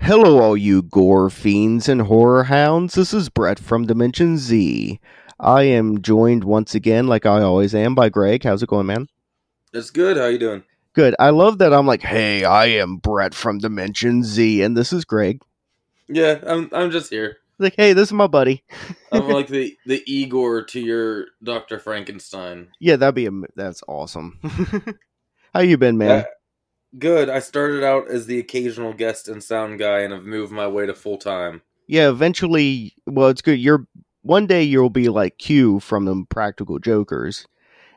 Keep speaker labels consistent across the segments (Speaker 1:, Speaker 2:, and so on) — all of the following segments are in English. Speaker 1: Hello, all you gore fiends and horror hounds. This is Brett from Dimension Z. I am joined once again, like I always am, by Greg. How's it going, man?
Speaker 2: That's good. How you doing?
Speaker 1: Good. I love that I'm like, hey, I am Brett from Dimension Z, and this is Greg.
Speaker 2: Yeah, I'm. I'm just here.
Speaker 1: Like, hey, this is my buddy.
Speaker 2: I'm like the the Igor to your Doctor Frankenstein.
Speaker 1: Yeah, that'd be a, that's awesome. How you been, man?
Speaker 2: Uh, good. I started out as the occasional guest and sound guy, and I've moved my way to full time.
Speaker 1: yeah, eventually, well, it's good. You're one day you'll be like Q from the Practical Jokers,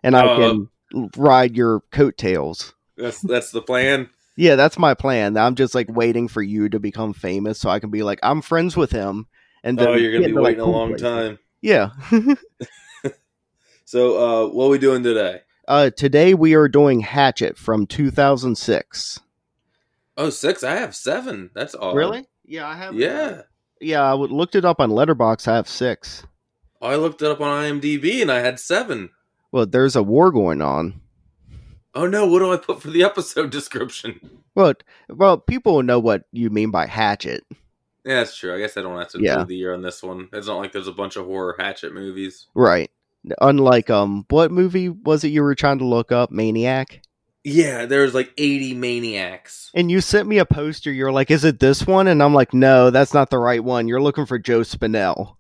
Speaker 1: and I
Speaker 2: Uh,
Speaker 1: can ride your coattails.
Speaker 2: That's that's the plan.
Speaker 1: Yeah, that's my plan. I'm just like waiting for you to become famous so I can be like, I'm friends with him. And then
Speaker 2: oh,
Speaker 1: we
Speaker 2: you're gonna
Speaker 1: get
Speaker 2: be
Speaker 1: into, like,
Speaker 2: waiting a
Speaker 1: cool
Speaker 2: long
Speaker 1: places.
Speaker 2: time.
Speaker 1: Yeah.
Speaker 2: So, uh, what we doing today?
Speaker 1: Uh, today we are doing Hatchet from 2006.
Speaker 2: Oh, six. I have seven. That's all.
Speaker 1: Yeah, I have.
Speaker 2: Yeah.
Speaker 1: Yeah, I would- looked it up on Letterbox. I have six.
Speaker 2: I looked it up on IMDb, and I had seven.
Speaker 1: Well, there's a war going on.
Speaker 2: Oh no! What do I put for the episode description?
Speaker 1: Well, well, people will know what you mean by hatchet.
Speaker 2: Yeah, that's true. I guess I don't have to
Speaker 1: Yeah.
Speaker 2: include the year on this one. It's not like there's a bunch of horror hatchet movies.
Speaker 1: Right. Unlike um what movie was it you were trying to look up? Maniac?
Speaker 2: Yeah, there's like 80 maniacs.
Speaker 1: And you sent me a poster, you're like, Is it this one? And I'm like, No, that's not the right one. You're looking for Joe Spinell.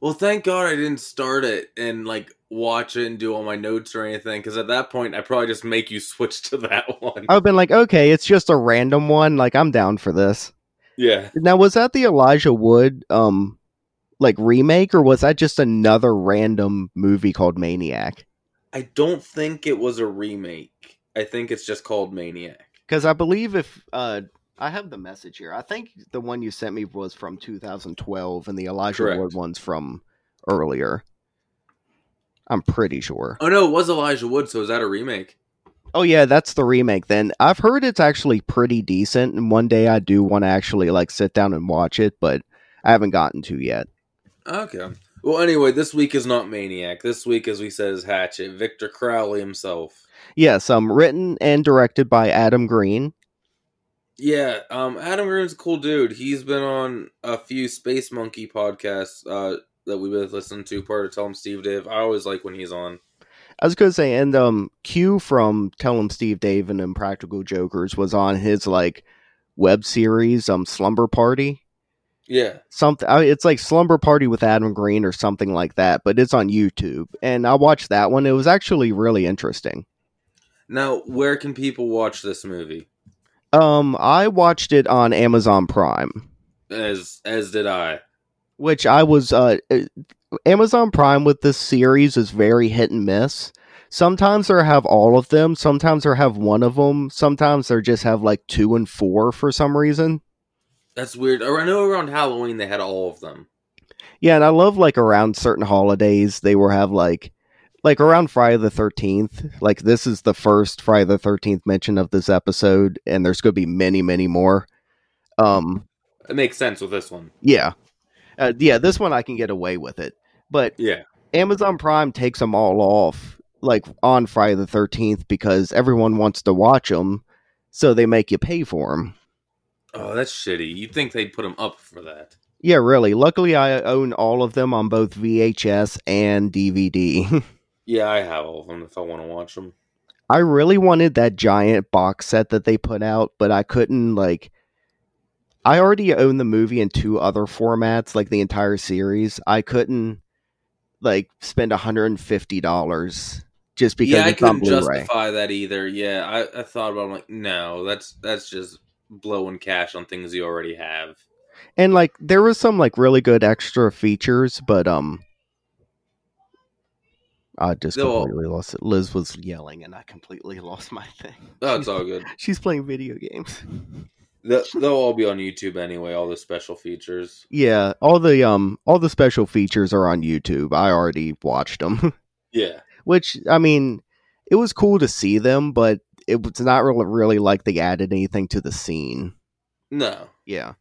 Speaker 2: Well, thank God I didn't start it and like watch it and do all my notes or anything because at that point I probably just make you switch to that one.
Speaker 1: I've been like, okay, it's just a random one. Like, I'm down for this.
Speaker 2: yeah.
Speaker 1: Now, was that the Elijah Wood um like remake, or was that just another random movie called Maniac?
Speaker 2: I don't think it was a remake. I think it's just called Maniac.
Speaker 1: Because I believe if uh I have the message here. I think the one you sent me was from 2012, and the Elijah
Speaker 2: Correct.
Speaker 1: Wood one's from earlier. I'm pretty sure.
Speaker 2: Oh no, it was Elijah Wood, so is that a remake?
Speaker 1: Oh yeah, that's the remake then. I've heard it's actually pretty decent and one day I do want to actually like sit down and watch it, but I haven't gotten to yet.
Speaker 2: Okay. Well, anyway, this week is not Maniac. This week, as we said, is Hatchet. Victor Crowley himself.
Speaker 1: Yes, um written and directed by Adam Green.
Speaker 2: Yeah, um, Adam Green's a cool dude. He's been on a few Space Monkey podcasts uh, that we both listen to. Part of Tell Him Steve Dave. I always like when he's on.
Speaker 1: I was gonna say, and um Q from Tell 'em Steve Dave and Impractical Jokers was on his like web series, um Slumber Party.
Speaker 2: Yeah,
Speaker 1: Something I- it's like Slumber Party with Adam Green or something like that, but it's on YouTube. And I watched that one. It was actually really interesting.
Speaker 2: Now, where can people watch this movie?
Speaker 1: Um I watched it on Amazon Prime.
Speaker 2: As as did I.
Speaker 1: which I was uh uh, Amazon Prime with this series is very hit and miss. Sometimes they have all of them, sometimes they have one of them, sometimes they just have like 2 and 4 for some reason.
Speaker 2: That's weird. Or I know around Halloween they had all of them.
Speaker 1: Yeah, and I love like around certain holidays they will have like like around Friday the 13th, like this is the first Friday the 13th mention of this episode and there's going to be many many more. Um
Speaker 2: It makes sense with this one.
Speaker 1: yeah. Uh, yeah, this one I can get away with it. But
Speaker 2: Yeah.
Speaker 1: Amazon Prime takes them all off like on Friday the 13th because everyone wants to watch them, so they make you pay for them.
Speaker 2: Oh, that's shitty. You'd think they'd put them up for that.
Speaker 1: Yeah, really. Luckily, I own all of them on both VHS and DVD.
Speaker 2: Yeah, I have all of them if I want to watch them.
Speaker 1: I really wanted that giant box set that they put out, but I couldn't like I already own the movie in two other formats, like the entire series. I couldn't like spend $150 just because
Speaker 2: yeah, I
Speaker 1: it's on
Speaker 2: couldn't
Speaker 1: Blu-ray.
Speaker 2: justify that either. Yeah, I, I thought about. It, I'm like, no, that's that's just blowing cash on things you already have.
Speaker 1: and like there was some like really good extra features but um i just
Speaker 2: They'll-
Speaker 1: completely lost it liz was yelling and i completely lost my thing
Speaker 2: Oh, it's all good.
Speaker 1: she's playing video games
Speaker 2: They'll, they'll all be on YouTube anyway. All the special features.
Speaker 1: yeah all the um all the special features are on youtube i already watched them
Speaker 2: Yeah.
Speaker 1: which i mean it was cool to see them but it was not really really like they added anything to the scene.
Speaker 2: No.
Speaker 1: Yeah,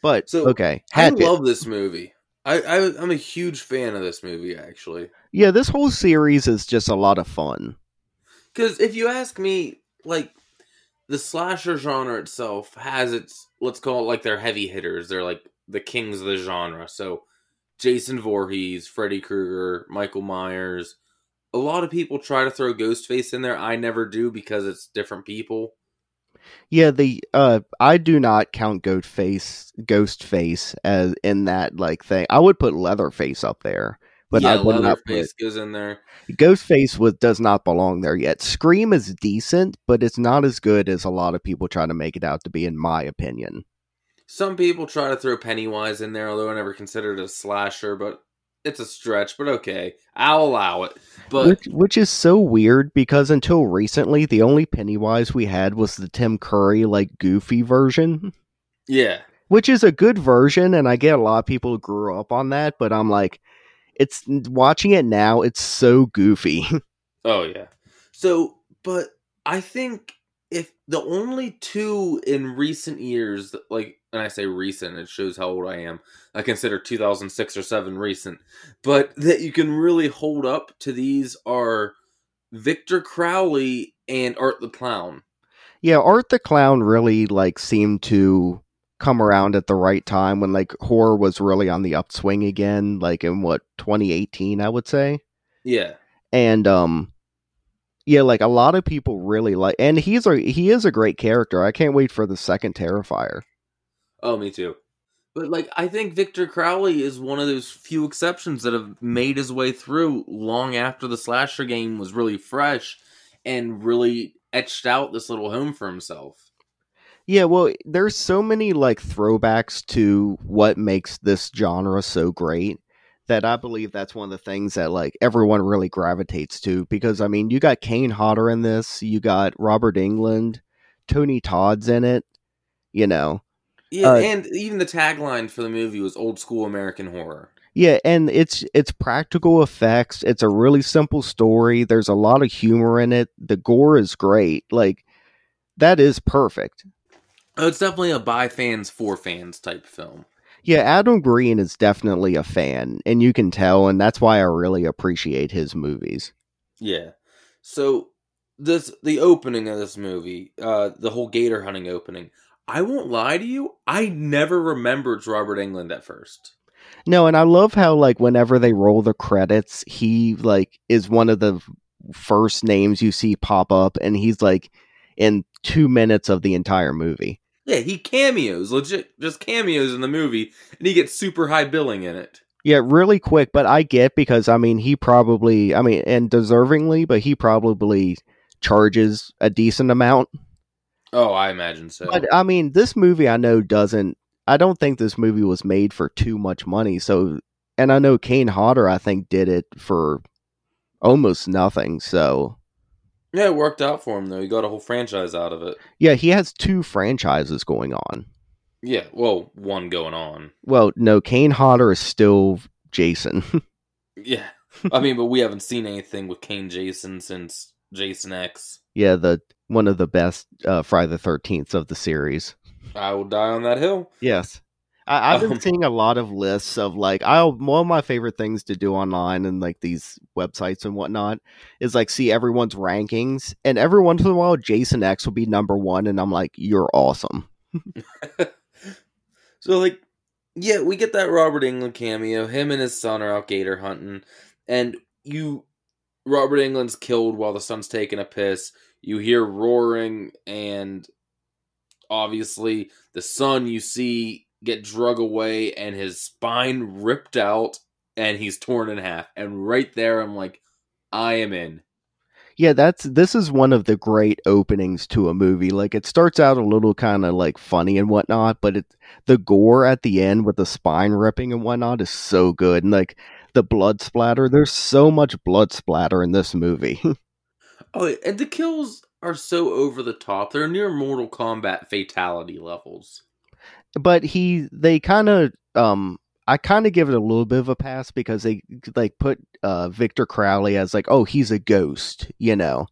Speaker 1: but
Speaker 2: So,
Speaker 1: okay,
Speaker 2: I
Speaker 1: Hatchet.
Speaker 2: love this movie. I, I I'm a huge fan of this movie actually.
Speaker 1: yeah, this whole series is just a lot of fun.
Speaker 2: Because if you ask me, like the slasher genre itself has its let's call it like their heavy hitters. They're like the kings of the genre. So Jason Voorhees, Freddy Krueger, Michael Myers. A lot of people try to throw Ghostface in there. I never do because it's different people.
Speaker 1: Yeah, the uh, I do not count Ghostface Ghostface as in that like thing. I would put Leatherface up there, but
Speaker 2: yeah,
Speaker 1: I would not
Speaker 2: Leatherface goes in there.
Speaker 1: put Ghostface. Was, does not belong there yet. Scream is decent, but it's not as good as a lot of people try to make it out to be, in my opinion.
Speaker 2: Some people try to throw Pennywise in there, although I never considered it a slasher, but it's a stretch. But okay, I'll allow it. But
Speaker 1: which, which is so weird because until recently, the only Pennywise we had was the Tim Curry like goofy version,
Speaker 2: yeah,
Speaker 1: which is a good version, and I get a lot of people who grew up on that. But I'm like, it's watching it now, it's so goofy.
Speaker 2: Oh yeah. So, but I think if the only two in recent years, that, like, and I say recent, it shows how old I am. I consider 2006 or seven recent, but that you can really hold up to these are Victor Crowley and Art the Clown.
Speaker 1: yeah, Art the Clown really like seemed to come around at the right time when like horror was really on the upswing again, like in what 2018, I would say.
Speaker 2: Yeah.
Speaker 1: and um yeah like a lot of people really like and he's a he is a great character i can't wait for the second terrifier
Speaker 2: Oh, me too. But like, I think Victor Crowley is one of those few exceptions that have made his way through long after the slasher game was really fresh and really etched out this little home for himself.
Speaker 1: yeah well there's so many like throwbacks to what makes this genre so great that i believe that's one of the things that like everyone really gravitates to because i mean you got kane hodder in this you got robert england tony todd's in it you know
Speaker 2: Yeah,
Speaker 1: Uh,
Speaker 2: and even the tagline for the movie was "Old School American Horror."
Speaker 1: Yeah, and it's it's practical effects. It's a really simple story. There's a lot of humor in it. The gore is great. Like that is perfect.
Speaker 2: Oh, it's definitely a by fans for fans type film.
Speaker 1: Yeah, Adam Green is definitely a fan, and you can tell, and that's why I really appreciate his movies.
Speaker 2: Yeah. So this the opening of this movie, uh, the whole gator hunting opening. I won't lie to you, I never remembered Robert England at first.
Speaker 1: No, and I love how like whenever they roll the credits, he like is one of the first names you see pop up, and he's like in two minutes of the entire movie.
Speaker 2: Yeah, he cameos, legit, just cameos in the movie, and he gets super high billing in it.
Speaker 1: Yeah, really quick, but I get because I mean he probably I mean and deservingly, but he probably charges a decent amount.
Speaker 2: Oh, I imagine so.
Speaker 1: But uh, I mean this movie I know doesn't I don't think this movie was made for too much money. So and I know Kane Hodder I think did it for almost nothing. So
Speaker 2: yeah, it worked out for him though. He got a whole franchise out of it.
Speaker 1: yeah, he has two franchises going on.
Speaker 2: Yeah, well, one going on.
Speaker 1: Well, no, Kane Hodder is still Jason.
Speaker 2: Yeah, I mean, but we haven't seen anything with Kane Jason since Jason X.
Speaker 1: yeah, the one of the best uh, Friday the 13th of the series.
Speaker 2: I will die on that hill.
Speaker 1: Yes. I, I've
Speaker 2: Um,
Speaker 1: been seeing a lot of lists of like I'll one of my favorite things to do online and like these websites and whatnot is like see everyone's rankings and every once in a while Jason X will be number one and I'm like, You're awesome.
Speaker 2: So like, yeah, we get that Robert England cameo. Him and his son are out gator hunting, and you, Robert England's killed while the son's taking a piss. You hear roaring, and obviously the son you see get drug away, and his spine ripped out, and he's torn in half. And right there, I'm like, I am in.
Speaker 1: Yeah, that's this is one of the great openings to a movie. Like it starts out a little kind of like funny and whatnot, but it the gore at the end with the spine ripping and whatnot is so good. And like the blood splatter, there's so much blood splatter in this movie.
Speaker 2: Oh, and the kills are so over the top; they're near Mortal Kombat fatality levels.
Speaker 1: but he they kind of um i kind of give it a little bit of a pass because they like put uh victor crowley as like oh he's a ghost you know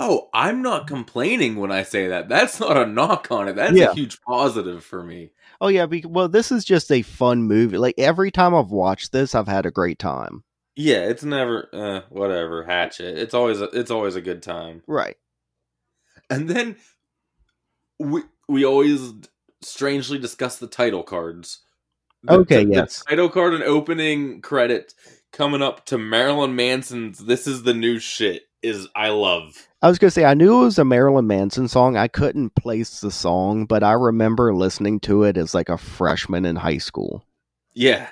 Speaker 2: Oh, I'm not complaining when I say that. That's not a knock on it. That's
Speaker 1: Yeah.
Speaker 2: a huge positive for me.
Speaker 1: Oh yeah, be- well this is just a fun movie. Like every time I've watched this, I've had a great time.
Speaker 2: Yeah, it's never uh, whatever hatchet. It's always a, it's always a good time.
Speaker 1: Right.
Speaker 2: And then we we always strangely discuss the title cards.
Speaker 1: Okay,
Speaker 2: the,
Speaker 1: yes.
Speaker 2: The title card and opening credit coming up to Marilyn Manson's "This Is the New Shit" is I love.
Speaker 1: I was gonna say I knew it was a Marilyn Manson song. I couldn't place the song, but I remember listening to it as like a freshman in high school.
Speaker 2: Yeah.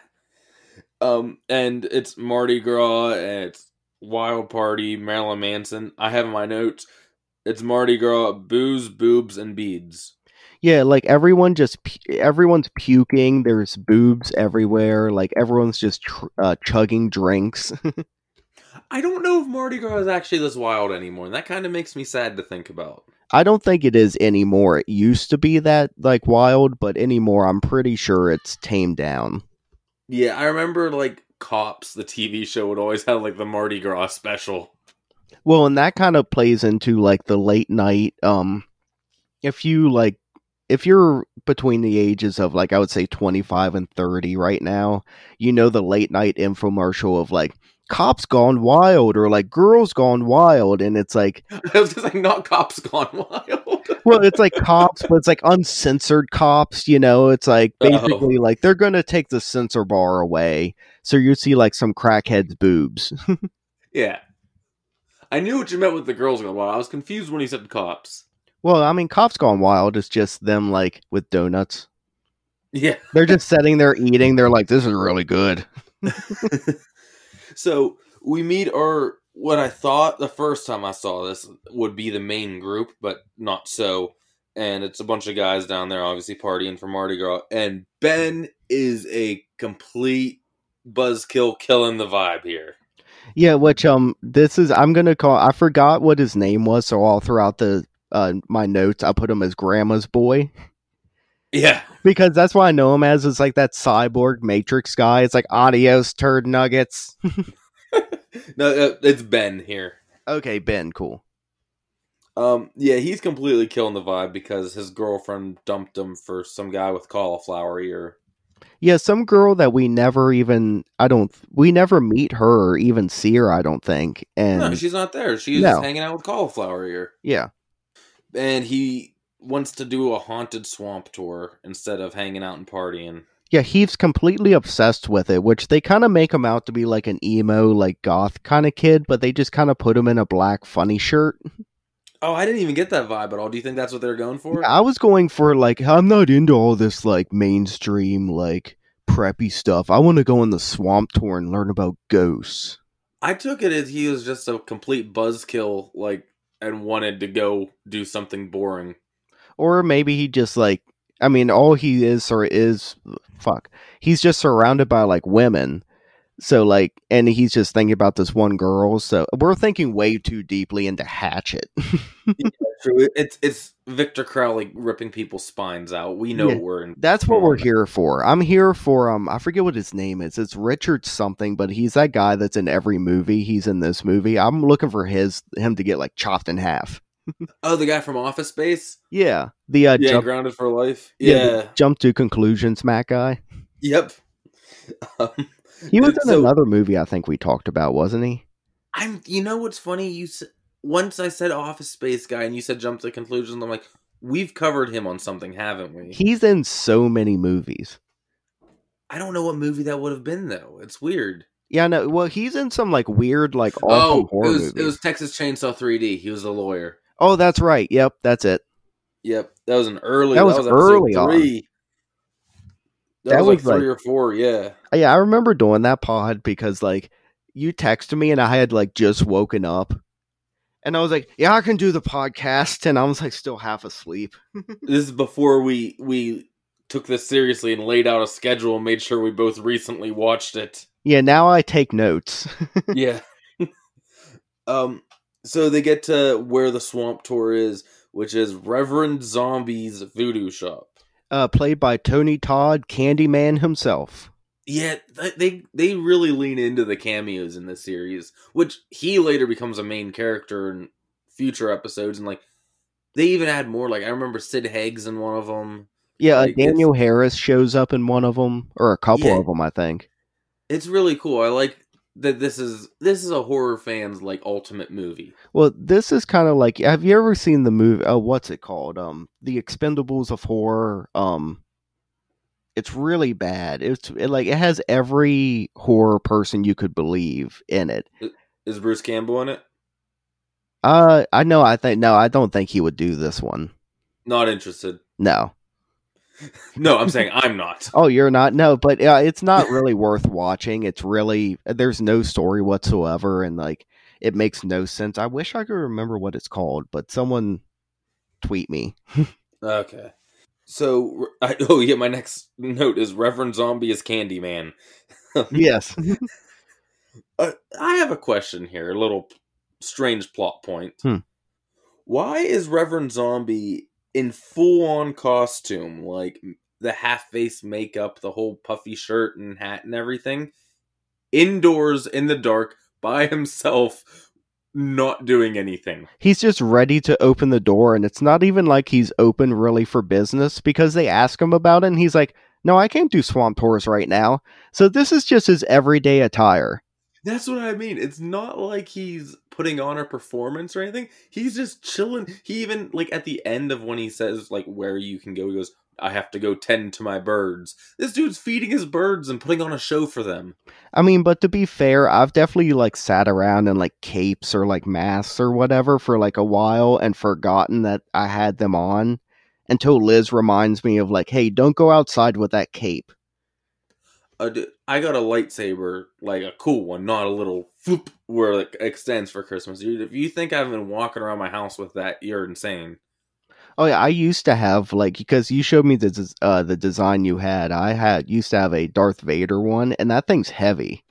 Speaker 2: Um, and it's Mardi Gras and it's Wild Party, Marilyn Manson. I have in my notes. It's Mardi Gras, booze, boobs, and beads.
Speaker 1: Yeah, like everyone just pu- everyone's puking. There's boobs everywhere. Like everyone's just tr- uh, chugging drinks.
Speaker 2: I don't know if Mardi Gras is actually this wild anymore, and that kind of makes me sad to think about.
Speaker 1: I don't think it is anymore. It used to be that like wild, but anymore, I'm pretty sure it's tamed down.
Speaker 2: Yeah, I remember like Cops, the TV show, would always have like the Mardi Gras special.
Speaker 1: Well, and that kind of plays into like the late night. Um, if you like, if you're between the ages of like, I would say 25 and 30 right now, you know, the late night infomercial of like, cops gone wild or like girls gone wild. And it's like,
Speaker 2: I was just like, not Cops Gone Wild.
Speaker 1: well, it's like cops, but it's like uncensored cops, you know? It's like
Speaker 2: Oh.
Speaker 1: basically like they're going to take the censor bar away. So you see like some crackhead's boobs.
Speaker 2: yeah. I knew what you meant with the girls gone wild. I was confused when he said cops.
Speaker 1: Well, I mean, cops gone wild is just them like with donuts.
Speaker 2: Yeah.
Speaker 1: They're just sitting there eating. They're like, this is really good.
Speaker 2: So we meet our what I thought the first time I saw this would be the main group, but not so. And it's a bunch of guys down there, obviously partying for Mardi Gras. And Ben is a complete buzzkill, killing the vibe here.
Speaker 1: Yeah, which um, this is I'm gonna call. I forgot what his name was, so all throughout the uh my notes, I put him as Grandma's boy
Speaker 2: Yeah,
Speaker 1: because that's what I know him as. It's like that cyborg Matrix guy. It's like adios turd nuggets.
Speaker 2: no, uh, it's Ben here.
Speaker 1: okay, Ben, cool.
Speaker 2: Um, yeah, he's completely killing the vibe because his girlfriend dumped him for some guy with cauliflower ear.
Speaker 1: Yeah, some girl that we never even I don't we never meet her or even see her. I don't think. And
Speaker 2: No, she's not there. She's
Speaker 1: No.
Speaker 2: hanging out with cauliflower ear.
Speaker 1: yeah,
Speaker 2: and he wants to do a haunted swamp tour instead of hanging out and partying.
Speaker 1: Yeah, he's completely obsessed with it, which they kind of make him out to be like an emo, like goth kind of kid, but they just kind of put him in a black funny shirt.
Speaker 2: Oh, I didn't even get that vibe at all. Do you think that's what they're going for?
Speaker 1: I was going for like, I'm not into all this like mainstream, like preppy stuff. I want to go on the swamp tour and learn about ghosts.
Speaker 2: I took it as he was just a complete buzzkill, like, and wanted to go do something boring.
Speaker 1: Or maybe he just like, I mean, all he is or is, fuck, he's just surrounded by like women. So like, and he's just thinking about this one girl. So we're thinking way too deeply into Hatchet.
Speaker 2: True. It's it's Victor Crowley ripping people's spines out. We know
Speaker 1: Yeah.
Speaker 2: what we're in.
Speaker 1: That's what
Speaker 2: Yeah.
Speaker 1: we're here for. I'm here for um I forget what his name is. It's Richard something, but he's that guy that's in every movie. He's in this movie. I'm looking for his him to get like chopped in half.
Speaker 2: Oh, the guy from Office Space.
Speaker 1: Yeah. The uh
Speaker 2: yeah,
Speaker 1: jump,
Speaker 2: grounded for life.
Speaker 1: Yeah,
Speaker 2: Yeah.
Speaker 1: the- jump to conclusions Matt guy.
Speaker 2: Yep. Um,
Speaker 1: He was in
Speaker 2: So-
Speaker 1: another movie I think we talked about, wasn't he?
Speaker 2: I'm. You know what's funny? You s- once I said Office Space guy, and you said jump to conclusions. I'm like, we've covered him on something, haven't we?
Speaker 1: He's in so many movies.
Speaker 2: I don't know what movie that would have been though. It's weird.
Speaker 1: Yeah, no. Well, he's in some like weird like awesome
Speaker 2: Oh,
Speaker 1: horror
Speaker 2: it was
Speaker 1: movies.
Speaker 2: it was Texas Chainsaw 3D. He was a lawyer.
Speaker 1: oh, that's right. Yep, that's it.
Speaker 2: Yep, that was an early.
Speaker 1: That
Speaker 2: That was,
Speaker 1: was
Speaker 2: episode
Speaker 1: early on.
Speaker 2: three. That,
Speaker 1: That
Speaker 2: was, like
Speaker 1: was, like-
Speaker 2: three or four. Yeah.
Speaker 1: Uh, Yeah, I remember doing that pod because like you texted me and I had like just woken up. And I was like, yeah, I can do the podcast. And I was like, still half asleep.
Speaker 2: this is before we we took this seriously and laid out a schedule and made sure we both recently watched it.
Speaker 1: Yeah, now I take notes.
Speaker 2: yeah. um. So they get to where the swamp tour is, which is Reverend Zombie's voodoo shop.
Speaker 1: Uh, played by Tony Todd, Candyman himself.
Speaker 2: Yeah, th- they they really lean into the cameos in this series, which he later becomes a main character in future episodes, and like they even had more. Like I remember Sid Higgs in one of them.
Speaker 1: Yeah,
Speaker 2: Like,
Speaker 1: uh, Daniel Harris shows up in one of them or a couple
Speaker 2: Yeah.
Speaker 1: of them, I think.
Speaker 2: It's really cool. I like that this is this is a horror fan's like ultimate movie.
Speaker 1: Well, this is kind of like have you ever seen the movie uh, what's it called? Um The Expendables of Horror. Um It's really bad. It's it, like it has every horror person you could believe in it.
Speaker 2: Is Bruce Campbell in it?
Speaker 1: Uh I know I think no, I don't think he would do this one.
Speaker 2: Not interested.
Speaker 1: No.
Speaker 2: No, I'm saying I'm not.
Speaker 1: Oh, you're not. No, but uh, it's not really worth watching. It's really there's no story whatsoever, and like it makes no sense. I wish I could remember what it's called, but someone tweet me.
Speaker 2: Okay. So, I, oh yeah, my next note is Reverend Zombie is Candyman.
Speaker 1: Yes.
Speaker 2: Uh, I have a question here, a little strange plot point.
Speaker 1: Hmm.
Speaker 2: Why is Reverend Zombie in full on costume, like the half face makeup, the whole puffy shirt and hat and everything, indoors in the dark by himself, not doing anything?
Speaker 1: He's just ready to open the door, and it's not even like he's open really for business because they ask him about it, and he's like, "No, I can't do swamp tours right now." So this is just his everyday attire.
Speaker 2: That's what I mean. It's not like he's putting on a performance or anything. He's just chilling. He even like at the end of when he says like where you can go, he goes, "I have to go tend to my birds." This dude's feeding his birds and putting on a show for them.
Speaker 1: I mean, but to be fair, I've definitely like sat around in like capes or like masks or whatever for like a while and forgotten that I had them on until Liz reminds me of like, hey, don't go outside with that cape.
Speaker 2: A d- I got a lightsaber, like a cool one, not a little floop where it extends for Christmas. Dude, if you think I've been walking around my house with that, you're insane.
Speaker 1: Oh yeah, I used to have like because you showed me the des- uh, the design you had. I had used to have a Darth Vader one, and that thing's heavy,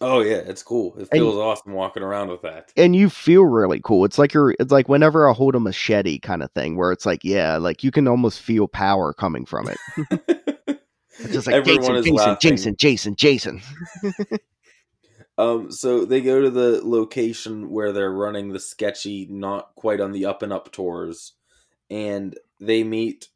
Speaker 2: Oh yeah, it's cool. It feels awesome walking around with that.
Speaker 1: and you feel really cool. It's like you're it's like whenever I hold a machete kind of thing, where it's like yeah, like you can almost feel power coming from it. It's just like Jason, Jason, Jason, Jason, Jason.
Speaker 2: Um, so they go to the location where they're running the sketchy, not quite on the up and up tours, and they meet.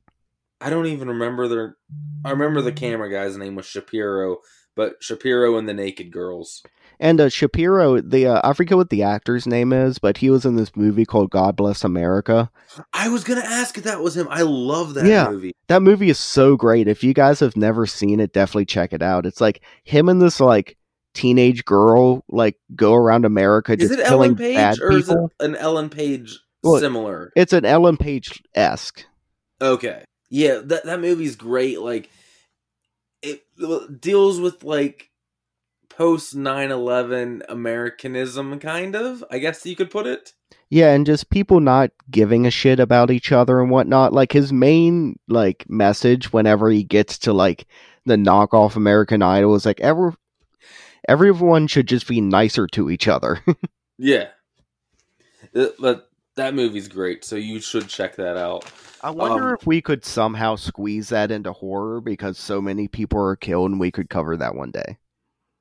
Speaker 2: I don't even remember their. I remember the camera guy's name was Shapiro, but Shapiro and the Naked Girls.
Speaker 1: And uh, Shapiro, the uh, I forget what the actor's name is, but he was in this movie called God Bless America.
Speaker 2: I was gonna ask if that was him. I love that
Speaker 1: Yeah.
Speaker 2: movie.
Speaker 1: That movie is so great. If you guys have never seen it, definitely check it out. It's like him and this like teenage girl like go around America
Speaker 2: Is
Speaker 1: just
Speaker 2: it
Speaker 1: killing
Speaker 2: Ellen Page
Speaker 1: bad
Speaker 2: or is it
Speaker 1: people.
Speaker 2: an Ellen Page
Speaker 1: Well,
Speaker 2: similar?
Speaker 1: It's an Ellen Page esque.
Speaker 2: Okay. Yeah, that that movie's great. Like it deals with like post 9/11 Americanism kind of, I guess you could put it.
Speaker 1: Yeah, and just people not giving a shit about each other and whatnot. Like his main like message whenever he gets to like the knockoff American Idol is like every everyone should just be nicer to each other.
Speaker 2: Yeah. Th- But that movie's great, so you should check that out.
Speaker 1: I wonder
Speaker 2: Um,
Speaker 1: if we could somehow squeeze that into horror because so many people are killed and we could cover that one day.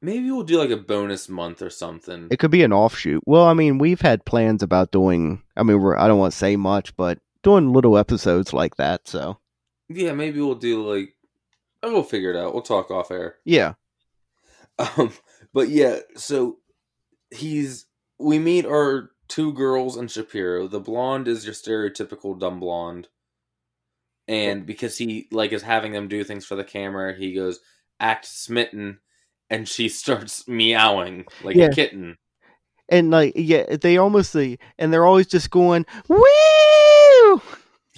Speaker 2: Maybe we'll do like a bonus month or something.
Speaker 1: It could be an offshoot. Well, I mean, we've had plans about doing, I mean, we're, I don't want to say much, but doing little episodes like that. So,
Speaker 2: Yeah, maybe we'll do like oh, we'll figure it out. We'll talk off air.
Speaker 1: yeah.
Speaker 2: Um, but yeah, so he's we meet our two girls and Shapiro. The blonde is your stereotypical dumb blonde, and because he like is having them do things for the camera, he goes act smitten, and she starts meowing like
Speaker 1: Yeah.
Speaker 2: a kitten.
Speaker 1: And like, yeah, they almost, they, and they're always just going, woo!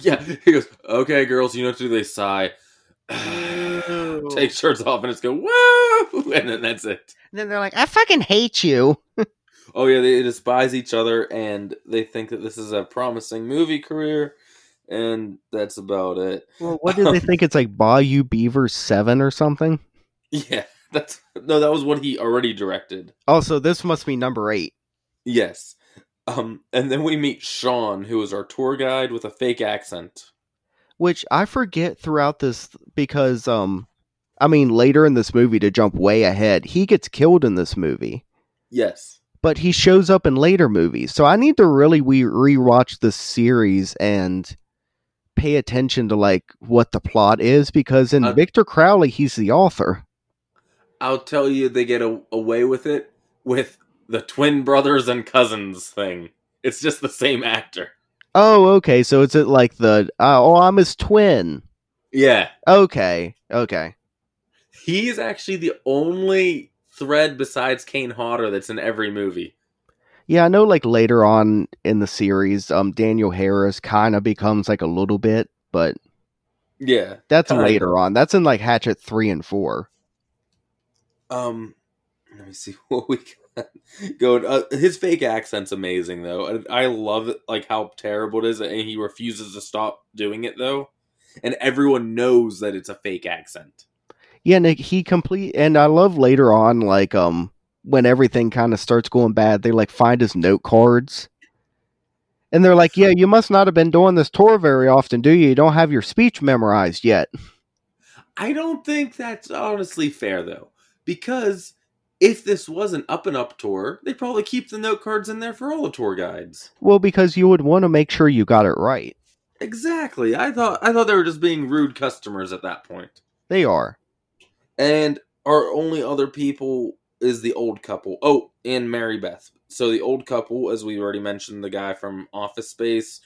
Speaker 2: Yeah, he goes, okay, girls, you know what to do. They sigh, take shirts off, and just go woo, and then that's it.
Speaker 1: And then they're like, I fucking hate you.
Speaker 2: Oh yeah, they despise each other and they think that this is a promising movie career, and that's about it.
Speaker 1: Well, what do they think? It's like Bayou Beaver 7 or something?
Speaker 2: Yeah, that's no, that was what he already directed.
Speaker 1: Also, this must be number eight.
Speaker 2: Yes, um, and then we meet Sean, who is our tour guide with a fake accent.
Speaker 1: which I forget throughout this because um I mean later in this movie to jump way ahead, he gets killed in this movie.
Speaker 2: Yes,
Speaker 1: but he shows up in later movies. So I need to really we rewatch the series and pay attention to like what the plot is because in
Speaker 2: Uh,
Speaker 1: Victor Crowley he's the author.
Speaker 2: I'll tell you, they get a- away with it with the twin brothers and cousins thing. It's just the same actor.
Speaker 1: Oh, okay. So it's at like the uh, oh, I'm his twin.
Speaker 2: Yeah,
Speaker 1: Okay. Okay.
Speaker 2: he is actually the only thread besides Kane Hodder that's in every movie.
Speaker 1: Yeah, I know like later on in the series um Daniel Harris kind of becomes like a little bit, but
Speaker 2: Yeah.
Speaker 1: that's
Speaker 2: Kinda.
Speaker 1: later on. That's in like Hatchet 3 and 4.
Speaker 2: Um, let me see what we got going. Uh, his fake accent's amazing though. I, I love it, like how terrible it is, and he refuses to stop doing it though. And everyone knows that it's a fake accent.
Speaker 1: Yeah, and he complete and I love later on like um when everything kind of starts going bad, they like find his note cards. And they're like, "Yeah, you must not have been doing this tour very often, do you? You don't have your speech memorized yet."
Speaker 2: I don't think that's honestly fair though, because if this was an up and up tour, they probably keep the note cards in there for all the tour guides.
Speaker 1: Well, because you would want to make sure you got it right.
Speaker 2: Exactly. I thought I thought they were just being rude customers at that point.
Speaker 1: They are.
Speaker 2: And our only other people is the old couple. Oh, and Mary Beth. So the old couple, as we already mentioned, the guy from Office Space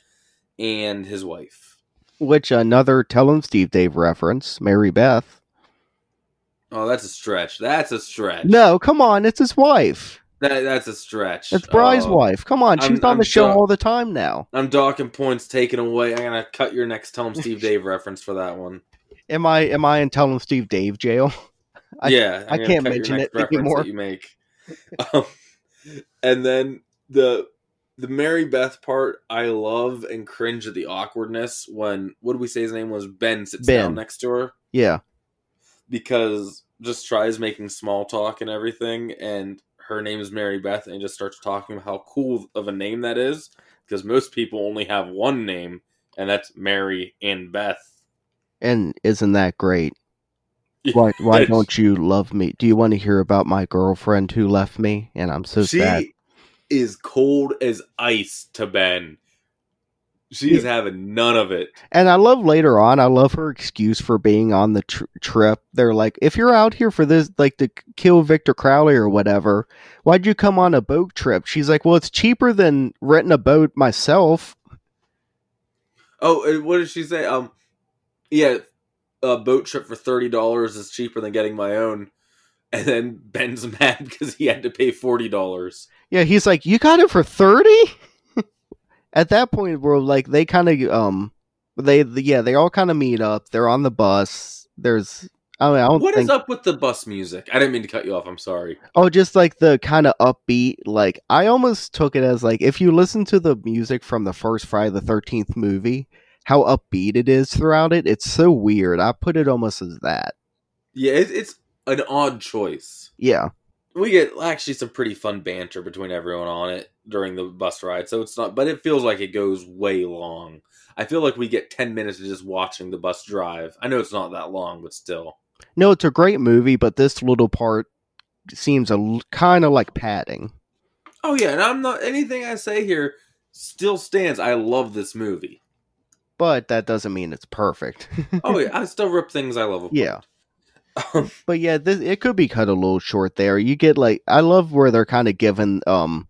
Speaker 2: and his wife.
Speaker 1: Which another Tell 'em Steve Dave reference, Mary Beth.
Speaker 2: Oh, that's a stretch. That's a stretch.
Speaker 1: No, come on, it's his wife.
Speaker 2: That, that's a stretch.
Speaker 1: It's Bry's
Speaker 2: Oh,
Speaker 1: wife. Come on, she's
Speaker 2: I'm-
Speaker 1: on
Speaker 2: I'm
Speaker 1: the show
Speaker 2: shocked.
Speaker 1: all the time now.
Speaker 2: I'm docking points taken away. I'm gonna cut your next Tom Steve Dave reference for that one.
Speaker 1: Am I am I in Tell 'em Steve Dave jail? I-
Speaker 2: yeah,
Speaker 1: I
Speaker 2: I'm gonna
Speaker 1: can't
Speaker 2: cut your
Speaker 1: mention
Speaker 2: next
Speaker 1: it
Speaker 2: reference
Speaker 1: anymore.
Speaker 2: That you make, um, and then the the Mary Beth part, I love and cringe at the awkwardness when what did we say his name was Ben sits down
Speaker 1: Ben.
Speaker 2: next to her
Speaker 1: Yeah.
Speaker 2: because just tries making small talk and everything, and her name is Mary Beth, and just starts talking about how cool of a name that is because most people only have one name, and that's Mary and Beth.
Speaker 1: And isn't that great?
Speaker 2: Yeah,
Speaker 1: Why why
Speaker 2: it's-
Speaker 1: don't you love me? Do you want to hear about my girlfriend who left me? And I'm so
Speaker 2: she
Speaker 1: sad.
Speaker 2: is cold as ice to Ben. She is having none of it.
Speaker 1: And I love later on, I love her excuse for being on the tr- trip. They're like, if you're out here for this, like to k- kill Victor Crowley or whatever, why'd you come on a boat trip? She's like, well, it's cheaper than renting a boat myself.
Speaker 2: Oh, and what did she say? Um, yeah, a boat trip for thirty dollars is cheaper than getting my own. And then Ben's mad because he had to pay forty dollars.
Speaker 1: Yeah, he's like, you got it for 30? At that point, we're like, they kind of, um, they, yeah, they all kind of meet up. They're on the bus. There's, I, mean, I don't
Speaker 2: What is
Speaker 1: think,
Speaker 2: up with the bus music? I didn't mean to cut you off. I'm sorry.
Speaker 1: oh, just like the kind of upbeat, like, I almost took it as like, if you listen to the music from the first Friday the 13th movie, how upbeat it is throughout it, it's so weird. I put it almost as that.
Speaker 2: Yeah, it's, it's an odd choice.
Speaker 1: Yeah.
Speaker 2: we get actually some pretty fun banter between everyone on it during the bus ride. So it's not, but it feels like it goes way long. I feel like we get 10 minutes of just watching the bus drive. I know it's not that long, but still.
Speaker 1: No, it's a great movie, but this little part seems a kind of like padding.
Speaker 2: Oh, yeah. And I'm not, anything I say here still stands. I love this movie.
Speaker 1: But that doesn't mean it's perfect.
Speaker 2: Oh, yeah. I still rip things I love. apart.
Speaker 1: Yeah.
Speaker 2: Um,
Speaker 1: But yeah, this it could be cut a little short there. You get like I love where they're kind of giving um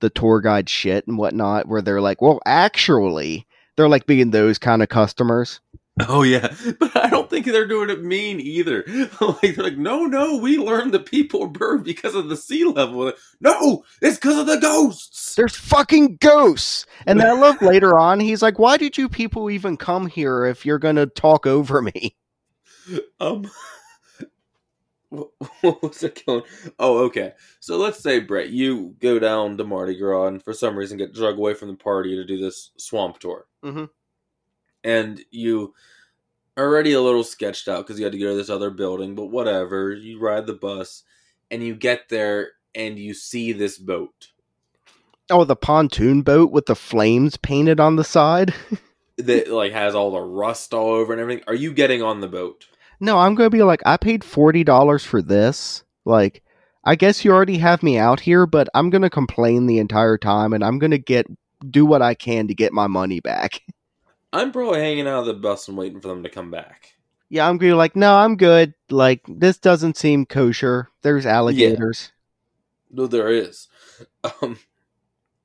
Speaker 1: the tour guide shit and whatnot, where they're like, well, actually, they're like being those kind of customers.
Speaker 2: Oh yeah, but I don't think they're doing it mean either. like they're like, no, no, we learned the people are burned because of the sea level. Like, no, it's because of the ghosts.
Speaker 1: There's fucking ghosts. And I love later on, he's like, why did you people even come here if you're gonna talk over me?
Speaker 2: Um, what, what was it going? Oh, okay. So let's say Brett, you go down to Mardi Gras and for some reason get drug away from the party to do this swamp tour,
Speaker 1: Mhm.
Speaker 2: and you are already a little sketched out because you had to go to this other building. But whatever, you ride the bus, and you get there and you see this boat.
Speaker 1: Oh, the pontoon boat with the flames painted on the side.
Speaker 2: that like has all the rust all over and everything. Are you getting on the boat?
Speaker 1: No, I'm gonna be like, I paid forty dollars for this. Like, I guess you already have me out here, but I'm going to complain the entire time and I'm going to get do what I can to get my money back.
Speaker 2: I'm probably hanging out of the bus and waiting for them to come back.
Speaker 1: Yeah, I'm going to be like, "No, I'm good. Like this doesn't seem kosher. There's alligators."
Speaker 2: No, there is. Um,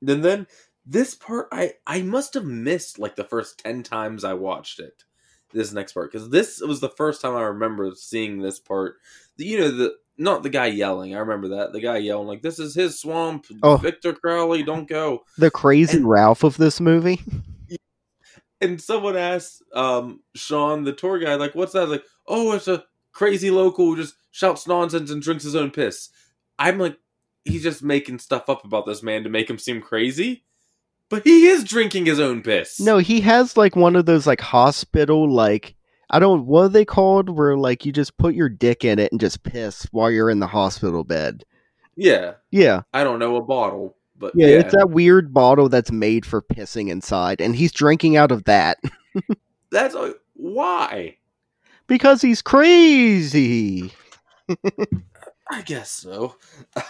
Speaker 2: and then this part, I I must have missed like the first ten times I watched it. This next part, because this was the first time I remember seeing this part. The- You know the not the guy yelling. I remember that the guy yelling like, "This is his swamp."
Speaker 1: Oh.
Speaker 2: Victor Crowley, don't go.
Speaker 1: The crazy
Speaker 2: And-
Speaker 1: Ralph of this movie.
Speaker 2: And someone asked um Sean, the tour guide, like, "What's that?" Like, "Oh, it's a crazy local who just shouts nonsense and drinks his own piss." I'm like, he's just making stuff up about this man to make him seem crazy, but he is drinking his own piss.
Speaker 1: No, he has like one of those like hospital like I don't what are they called where like you just put your dick in it and just piss while you're in the hospital bed.
Speaker 2: yeah,
Speaker 1: Yeah.
Speaker 2: I don't know a bottle, but
Speaker 1: Yeah, it's that weird bottle that's made for pissing inside and he's drinking out of that
Speaker 2: that's like, why.
Speaker 1: because he's crazy.
Speaker 2: I guess so.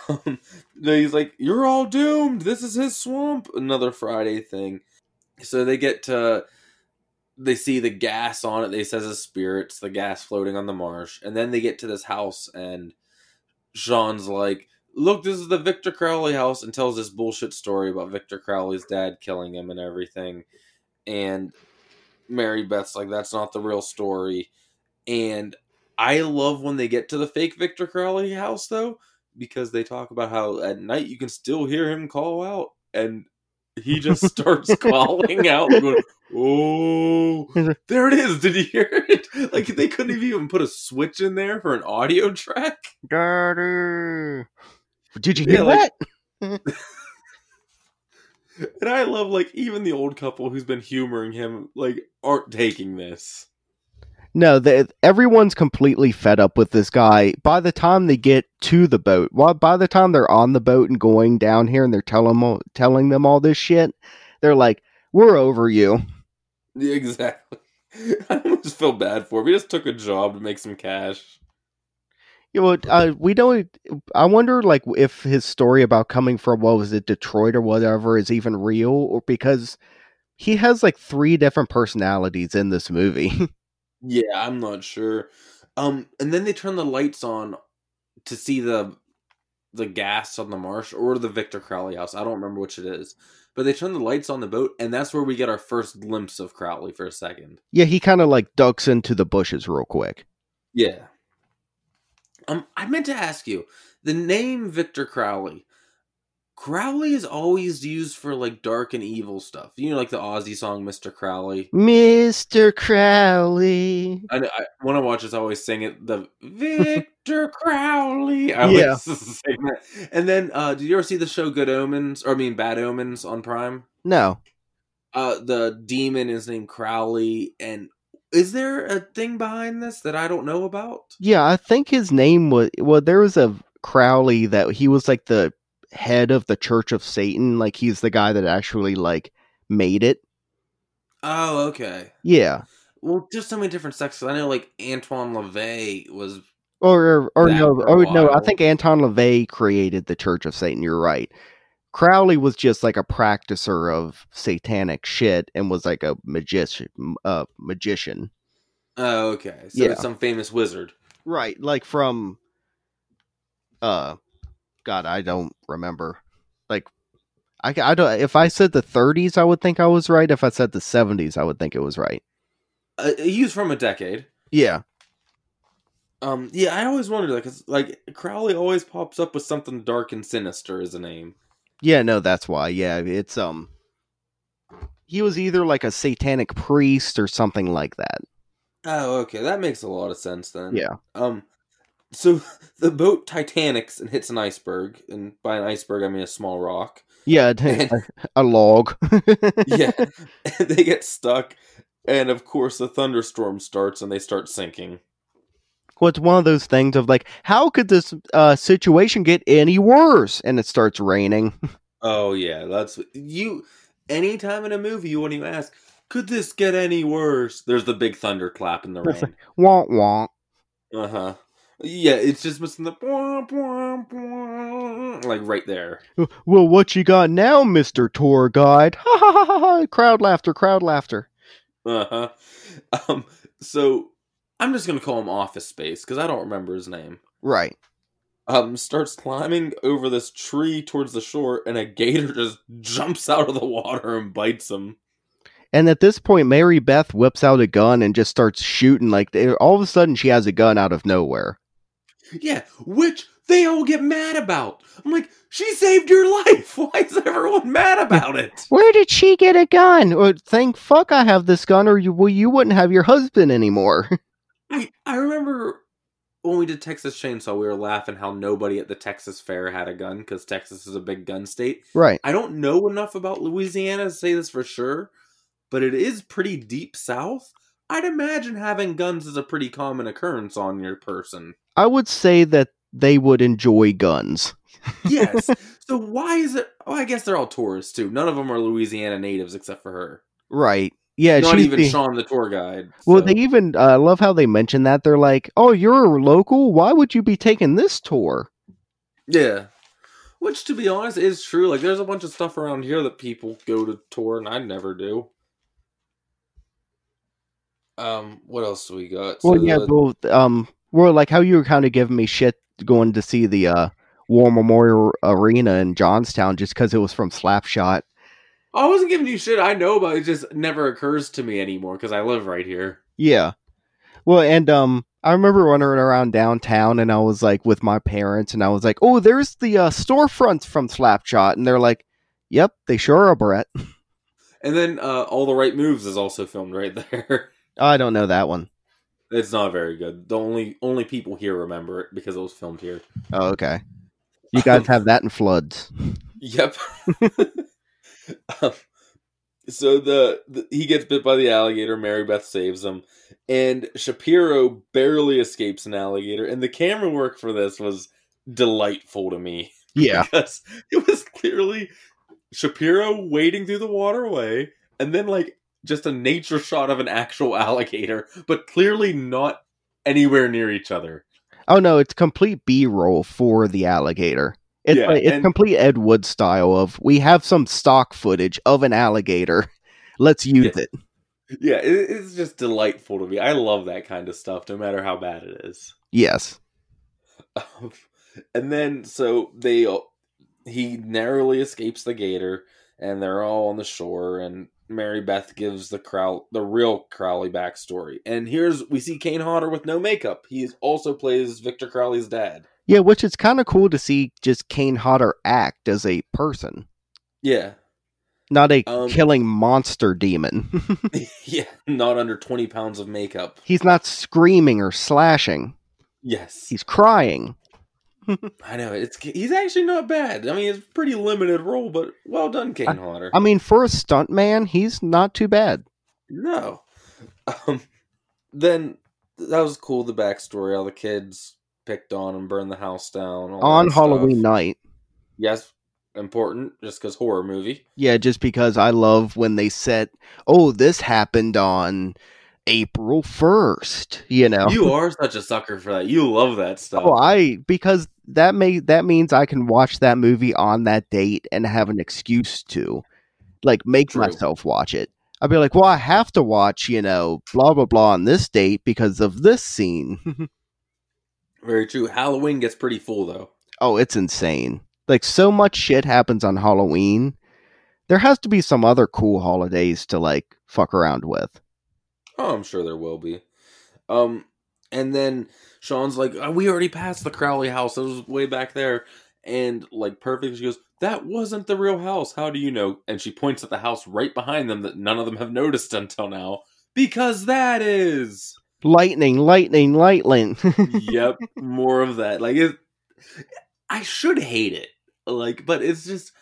Speaker 2: Um, no, he's like, "You're all doomed. This is his swamp." Another Friday thing. So they get to, they see the gas on it. They says his spirits, the gas floating on the marsh, and then they get to this house, and Sean's like, "Look, this is the Victor Crowley house," and tells this bullshit story about Victor Crowley's dad killing him and everything, and Mary Beth's like, "That's not the real story," and I love when they get to the fake Victor Crowley house though, because they talk about how at night you can still hear him call out, and he just starts calling out, going, "Oh, there it is! Did you hear it? Like they couldn't have even put a switch in there for an audio track."
Speaker 1: Daddy. Did you
Speaker 2: Yeah,
Speaker 1: hear
Speaker 2: like-
Speaker 1: that?
Speaker 2: And I love like even the old couple who's been humoring him like aren't taking this.
Speaker 1: No, the, everyone's completely fed up with this guy. By the time they get to the boat, well, by the time they're on the boat and going down here, and they're telling them, all- telling them all this shit, they're like, "We're over you."
Speaker 2: Yeah, Exactly. I almost feel bad for him. He just took a job to make some cash.
Speaker 1: You know, uh, we don't. I wonder, like, if his story about coming from what was it, Detroit or whatever, is even real, or because he has like three different personalities in this movie.
Speaker 2: Yeah, I'm not sure. Um, and then they turn the lights on to see the the gas on the marsh or the Victor Crowley house. I don't remember which it is, but they turn the lights on the boat, and that's where we get our first glimpse of Crowley for a second.
Speaker 1: yeah, he kind of like ducks into the bushes real quick.
Speaker 2: Yeah. Um, I meant to ask you the name Victor Crowley. Crowley is always used for like dark and evil stuff. You know, like the Aussie song "Mr. Crowley."
Speaker 1: Mister Crowley.
Speaker 2: I, I when I watch this, I always sing it. The Victor Crowley. I
Speaker 1: Yeah.
Speaker 2: always sing that. And then, uh, did you ever see the show Good Omens? Or I mean, Bad Omens on Prime.
Speaker 1: No.
Speaker 2: Uh, the demon is named Crowley. And is there a thing behind this that I don't know about?
Speaker 1: Yeah, I think his name was well. There was a Crowley that he was like the head of the Church of Satan. Like he's the guy that actually like made it.
Speaker 2: Oh, okay.
Speaker 1: Yeah,
Speaker 2: Well, just so many different sects. 'cause I know, like Antoine LaVey was.
Speaker 1: or or, or
Speaker 2: That
Speaker 1: no,
Speaker 2: for a
Speaker 1: or no. I
Speaker 2: while.
Speaker 1: think Anton LaVey created the Church of Satan. You're right. Crowley was just like a practicer of satanic shit and was like a magician. Uh, magician.
Speaker 2: Oh, okay. So
Speaker 1: Yeah.
Speaker 2: it's some famous wizard.
Speaker 1: Right, like from. Uh, God, I don't remember. Like, I, I don't. If I said the 30s, I would think I was right. If I said the 70s, I would think it was right.
Speaker 2: Uh, he's from a decade.
Speaker 1: Yeah,
Speaker 2: Um, yeah, I always wondered that because like Crowley always pops up with something dark and sinister as a name.
Speaker 1: yeah, no, that's why. Yeah, it's um, he was either like a satanic priest or something like that.
Speaker 2: Oh, okay, that makes a lot of sense then.
Speaker 1: Yeah.
Speaker 2: Um, so the boat Titanics and hits an iceberg, and by an iceberg I mean a small rock.
Speaker 1: Yeah,
Speaker 2: And-
Speaker 1: a, a log.
Speaker 2: yeah, and they get stuck, and of course the thunderstorm starts and they start sinking.
Speaker 1: What's one of those things of like, how could this uh, situation get any worse? And it starts raining.
Speaker 2: Oh yeah, that's you. Anytime in a movie, you want to ask, could this get any worse? There's the big thunderclap in the rain.
Speaker 1: Wonk wonk.
Speaker 2: Uh huh. Yeah, it's just missing the bwah, bwah, bwah, like right there.
Speaker 1: Well, what you got now, Mister Tour Guide? Ha ha ha ha! ha. Crowd laughter, crowd laughter.
Speaker 2: Uh huh. Um. So I'm just gonna call him Office Space because I don't remember his name.
Speaker 1: Right.
Speaker 2: Um. Starts climbing over this tree towards the shore, and a gator just jumps out of the water and bites him.
Speaker 1: And at this point, Mary Beth whips out a gun and just starts shooting. Like they- all of a sudden, she has a gun out of nowhere.
Speaker 2: Yeah, which they all get mad about. I'm like, she saved your life. Why is everyone mad about it?
Speaker 1: Where did she get a gun? Or thank fuck I have this gun, or you, well, you wouldn't have your husband anymore.
Speaker 2: I, I remember when we did Texas Chainsaw, we were laughing how nobody at the Texas Fair had a gun because Texas is a big gun state.
Speaker 1: right.
Speaker 2: I don't know enough about Louisiana to say this for sure, but it is pretty deep south. I'd imagine having guns is a pretty common occurrence on your person.
Speaker 1: I would say that they would enjoy guns.
Speaker 2: Yes. so why is it? Oh, I guess they're all tourists too. None of them are Louisiana natives except for her.
Speaker 1: Right. Yeah.
Speaker 2: Not
Speaker 1: she's
Speaker 2: even
Speaker 1: the-
Speaker 2: Sean the tour guide.
Speaker 1: Well,
Speaker 2: so-
Speaker 1: they even uh, love how they mention that. They're like, oh, you're a local? Why would you be taking this tour?
Speaker 2: yeah. Which, to be honest, is true. Like, there's a bunch of stuff around here that people go to tour, and I never do. Um, what else do we got?
Speaker 1: Well,
Speaker 2: So
Speaker 1: yeah,
Speaker 2: the-
Speaker 1: well, um, well, like how you were kind of giving me shit going to see the uh, War Memorial Arena in Johnstown just because it was from Slapshot.
Speaker 2: I wasn't giving you shit. I know about it. it just never occurs to me anymore because I live right here.
Speaker 1: Yeah. Well, and um, I remember wandering around downtown, and I was like with my parents, and I was like, "Oh, there's the uh, storefronts from Slapshot," and they're like, "Yep, they sure are, Brett."
Speaker 2: And then uh, All the Right Moves is also filmed right there.
Speaker 1: I don't know that one.
Speaker 2: it's not very good. The only only people here remember it because it was filmed here.
Speaker 1: Oh, okay. You guys have that in floods.
Speaker 2: Yep. um, so the, the he gets bit by the alligator. Mary Beth saves him, and Shapiro barely escapes an alligator. And the camera work for this was delightful to me
Speaker 1: Yeah.
Speaker 2: because it was clearly Shapiro wading through the waterway, and then like just a nature shot of an actual alligator, but clearly not anywhere near each other.
Speaker 1: Oh no, it's complete B roll for the alligator. It's
Speaker 2: Yeah,
Speaker 1: like, it's
Speaker 2: and-
Speaker 1: complete Ed Wood style of we have some stock footage of an alligator. Let's use it.
Speaker 2: Yeah, it, it's just delightful to me. I love that kind of stuff, no matter how bad it is.
Speaker 1: Yes.
Speaker 2: Um, and then so they he narrowly escapes the gator and they're all on the shore and mary beth gives the crow the real crowley backstory and here's we see kane hodder with no makeup he is- also plays victor crowley's dad
Speaker 1: Yeah, which is kind of cool to see just Kane Hodder act as a person,
Speaker 2: yeah
Speaker 1: not a
Speaker 2: Um,
Speaker 1: killing monster demon.
Speaker 2: yeah not under 20 pounds of makeup
Speaker 1: He's not screaming or slashing.
Speaker 2: yes
Speaker 1: He's crying.
Speaker 2: i know it's he's actually not bad i mean it's a pretty limited role but well done kane hodder
Speaker 1: I mean, for a stunt man, he's not too bad.
Speaker 2: No. Um, then that was cool. The backstory, all the kids picked on and burned the house down all
Speaker 1: On
Speaker 2: that stuff.
Speaker 1: Halloween night,
Speaker 2: Yes, important. Just because horror movie.
Speaker 1: Yeah, just because I love when they set, oh, this happened on April 1st, you know.
Speaker 2: You are such a sucker for that. You love that stuff.
Speaker 1: oh, I because that may that means I can watch that movie on that date and have an excuse to like make
Speaker 2: True.
Speaker 1: myself watch it. I'd be like, "Well, I have to watch, you know, blah blah blah on this date because of this scene."
Speaker 2: Very true. Halloween gets pretty full though.
Speaker 1: oh, it's insane. Like so much shit happens on Halloween. There has to be some other cool holidays to like fuck around with.
Speaker 2: Oh, I'm sure there will be. Um, and then Sean's like, "Oh, "We already passed the Crowley house. It was way back there." And like, perfect. She goes, "That wasn't the real house. How do you know?" And she points at the house right behind them that none of them have noticed until now because that is.
Speaker 1: lightning, lightning, lightning.
Speaker 2: yep, more of that. Like, it, I should hate it. Like, but it's just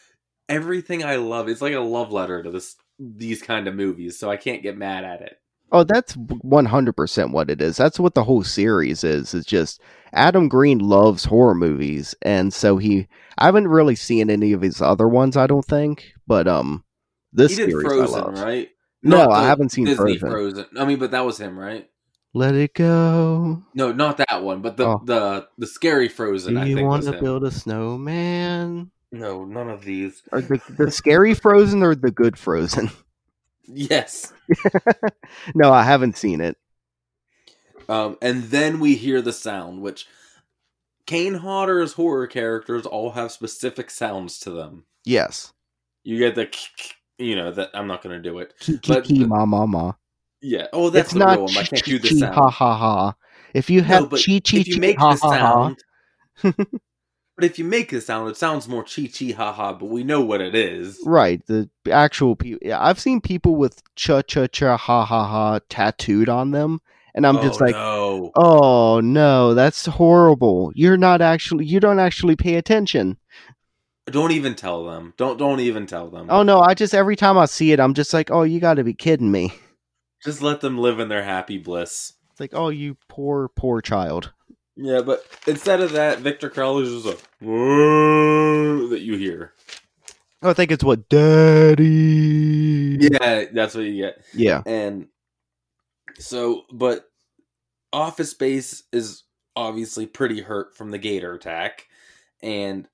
Speaker 2: everything I love. It's like a love letter to this these kind of movies. So I can't get mad at it.
Speaker 1: oh, that's 100% what it is. That's what the whole series is. It's just Adam Green loves horror movies and so he I haven't really seen any of his other ones, I don't think, but um this
Speaker 2: he did
Speaker 1: series I
Speaker 2: Frozen,
Speaker 1: love.
Speaker 2: right?
Speaker 1: No,
Speaker 2: Not
Speaker 1: I
Speaker 2: the
Speaker 1: haven't seen
Speaker 2: Disney
Speaker 1: Frozen.
Speaker 2: Frozen. I mean, but that was him, right?
Speaker 1: Let it go.
Speaker 2: No, not that one, but the
Speaker 1: Oh.
Speaker 2: the the scary Frozen.
Speaker 1: Do
Speaker 2: I
Speaker 1: you
Speaker 2: think
Speaker 1: want
Speaker 2: was
Speaker 1: to
Speaker 2: him.
Speaker 1: build a snowman?
Speaker 2: No, none of these.
Speaker 1: Or the, the scary Frozen or the good Frozen?
Speaker 2: Yes.
Speaker 1: no, I haven't seen it.
Speaker 2: Um, and then we hear the sound, which Kane Hodder's horror characters all have specific sounds to them.
Speaker 1: Yes.
Speaker 2: You get the, you know, that I'm not going to do it. But-
Speaker 1: Kiki ma ma ma.
Speaker 2: Yeah. Oh, that's
Speaker 1: it's
Speaker 2: the
Speaker 1: not
Speaker 2: real one. I can't
Speaker 1: chi-
Speaker 2: do the
Speaker 1: chi-
Speaker 2: sound.
Speaker 1: Ha ha ha. If you
Speaker 2: No,
Speaker 1: have
Speaker 2: but
Speaker 1: chi chi
Speaker 2: if you
Speaker 1: chi
Speaker 2: make
Speaker 1: ha
Speaker 2: the
Speaker 1: ha ha.
Speaker 2: sound, but if you make the sound, it sounds more chi chi ha ha. But we know what it is.
Speaker 1: Right, the actual people. Yeah, I've seen people with cha cha cha ha ha ha tattooed on them, and I'm just
Speaker 2: Oh,
Speaker 1: like,
Speaker 2: no.
Speaker 1: oh no, that's horrible. You're not actually, you don't actually pay attention.
Speaker 2: don't even tell them. Don't don't even tell them.
Speaker 1: Oh no, I just every time I see it, I'm just like, oh, you got to be kidding me.
Speaker 2: Just let them live in their happy bliss.
Speaker 1: It's like, oh, you poor poor child.
Speaker 2: Yeah, but instead of that, Victor Crowley's just like "Whoa," that you hear.
Speaker 1: I think it's what daddy.
Speaker 2: Yeah, that's what you get.
Speaker 1: yeah,
Speaker 2: And so, but Office Space is obviously pretty hurt from the Gator attack, and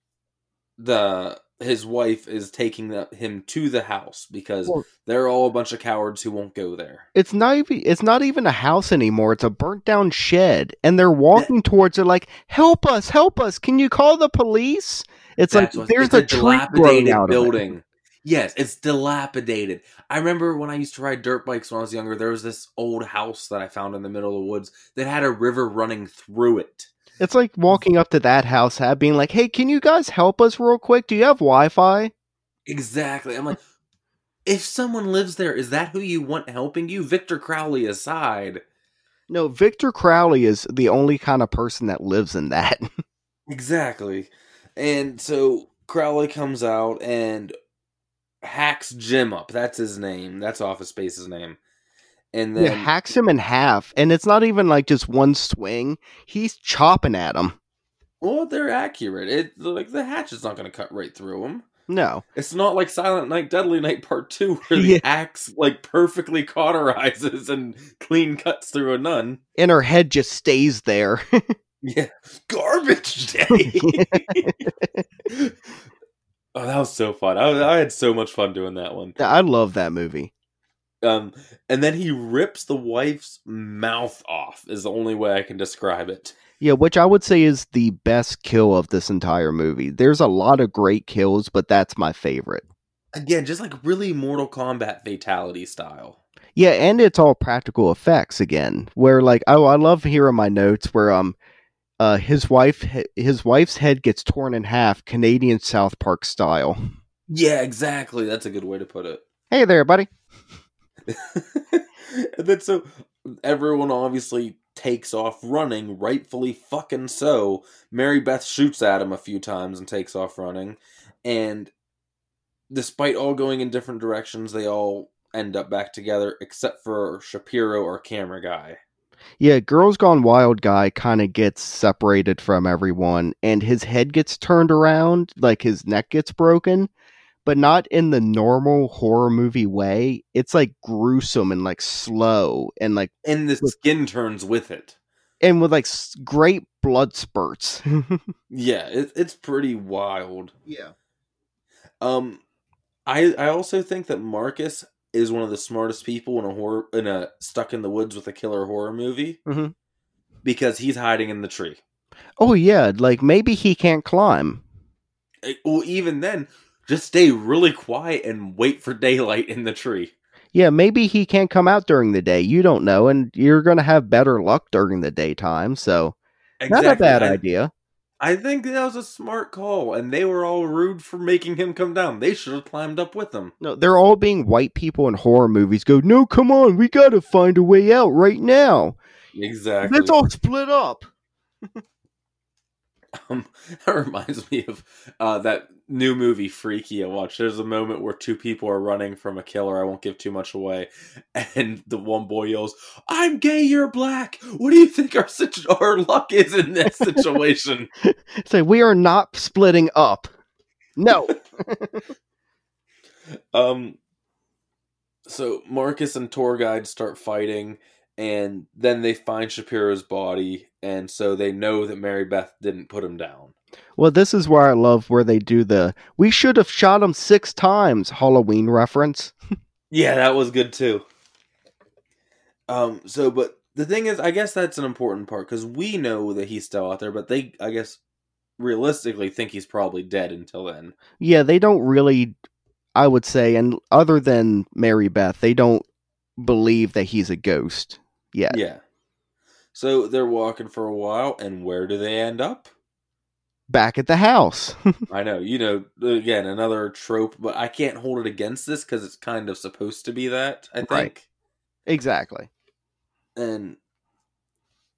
Speaker 2: the his wife is taking the, him to the house because
Speaker 1: Well-
Speaker 2: they're all a bunch of cowards who won't go there.
Speaker 1: it's not even it's not even a house anymore. It's a burnt down shed, and they're walking towards it like, "Help us! Help us! Can you call the police?" It's
Speaker 2: That's
Speaker 1: like
Speaker 2: what-
Speaker 1: there's
Speaker 2: it's
Speaker 1: a, tree growing out of it.
Speaker 2: building. Yes, it's dilapidated. I remember when I used to ride dirt bikes when I was younger, there was this old house that I found in the middle of the woods that had a river running through it.
Speaker 1: It's like walking up to that house, ha- being like, "Hey, can you guys help us real quick? Do you have Wi-Fi?"
Speaker 2: Exactly. I'm like, if someone lives there, is that who you want helping you? Victor Crowley aside.
Speaker 1: No, Victor Crowley is the only kind of person that lives in that.
Speaker 2: Exactly. And so Crowley comes out and hacks Jim up. That's his name. That's Office Space's name. And then
Speaker 1: It hacks him in half, and it's not even like just one swing. He's chopping at him.
Speaker 2: Well, they're accurate. It like the hatchet's not going to cut right through them.
Speaker 1: No,
Speaker 2: It's not like Silent Night, Deadly Night Part Two, where the
Speaker 1: Yeah.
Speaker 2: axe like perfectly cauterizes and clean cuts through a nun.
Speaker 1: and her head just stays there.
Speaker 2: Yeah, garbage day. oh, that was so fun. I, I had so much fun doing that one.
Speaker 1: I love that movie.
Speaker 2: Um, and then he rips the wife's mouth off. Is the only way I can describe it.
Speaker 1: Yeah, which I would say is the best kill of this entire movie. There's a lot of great kills, but that's my favorite.
Speaker 2: Again, just like really Mortal Kombat fatality style.
Speaker 1: Yeah, and it's all practical effects again. Where like, oh, I love hearing my notes where um uh his wife his wife's head gets torn in half Canadian South Park style.
Speaker 2: Yeah, exactly. That's a good way to put it.
Speaker 1: Hey there, buddy.
Speaker 2: and then so everyone obviously takes off running, rightfully fucking so. Mary Beth shoots at him a few times and takes off running. And despite all going in different directions, they all end up back together except for Shapiro, our camera guy.
Speaker 1: Yeah, Girls Gone Wild guy kind of gets separated from everyone and his head gets turned around, like his neck gets broken, but not in the normal horror movie way. It's like gruesome and like slow and like
Speaker 2: And the skin turns with it.
Speaker 1: and with like s- great blood spurts.
Speaker 2: Yeah, it, it's pretty wild.
Speaker 1: yeah.
Speaker 2: Um, I I also think that Marcus is one of the smartest people in a horror in a stuck in the woods with a killer horror movie
Speaker 1: Mhm.
Speaker 2: because he's hiding in the tree.
Speaker 1: Oh yeah, like maybe he can't climb.
Speaker 2: Eh, Well, even then, just stay really quiet and wait for daylight in the tree.
Speaker 1: Yeah, maybe he can't come out during the day. You don't know and you're going to have better luck during the daytime, so not a bad
Speaker 2: I,
Speaker 1: idea.
Speaker 2: I think that was a smart call, and they were all rude for making him come down. They should have climbed up with him.
Speaker 1: No, they're all being white people in horror movies. Go, no, come on, we gotta find a way out right now.
Speaker 2: Exactly.
Speaker 1: Let's all split up.
Speaker 2: Um, that reminds me of uh, that new movie Freaky I watched. There's a moment where two people are running from a killer. I won't give too much away, and the one boy yells, "I'm gay, you're black. What do you think our situ- our luck is in this situation?"
Speaker 1: Say we are not splitting up. No,
Speaker 2: um, so Marcus and tour guide start fighting, and then they find Shapiro's body, and so they know that Mary Beth didn't put him down.
Speaker 1: Well, this is where I love where they do the "we should have shot him six times" Halloween reference.
Speaker 2: Yeah, that was good too. Um. So, but the thing is, I guess that's an important part because we know that he's still out there, but they, I guess, realistically think he's probably dead until then.
Speaker 1: Yeah, they don't really, I would say, and other than Mary Beth, they don't believe that he's a ghost yet.
Speaker 2: Yeah. So they're walking for a while, and where do they end up?
Speaker 1: Back at the house.
Speaker 2: I know, you know, again, another trope, but I can't hold it against this because it's kind of supposed to be that, I think.
Speaker 1: Right. exactly.
Speaker 2: And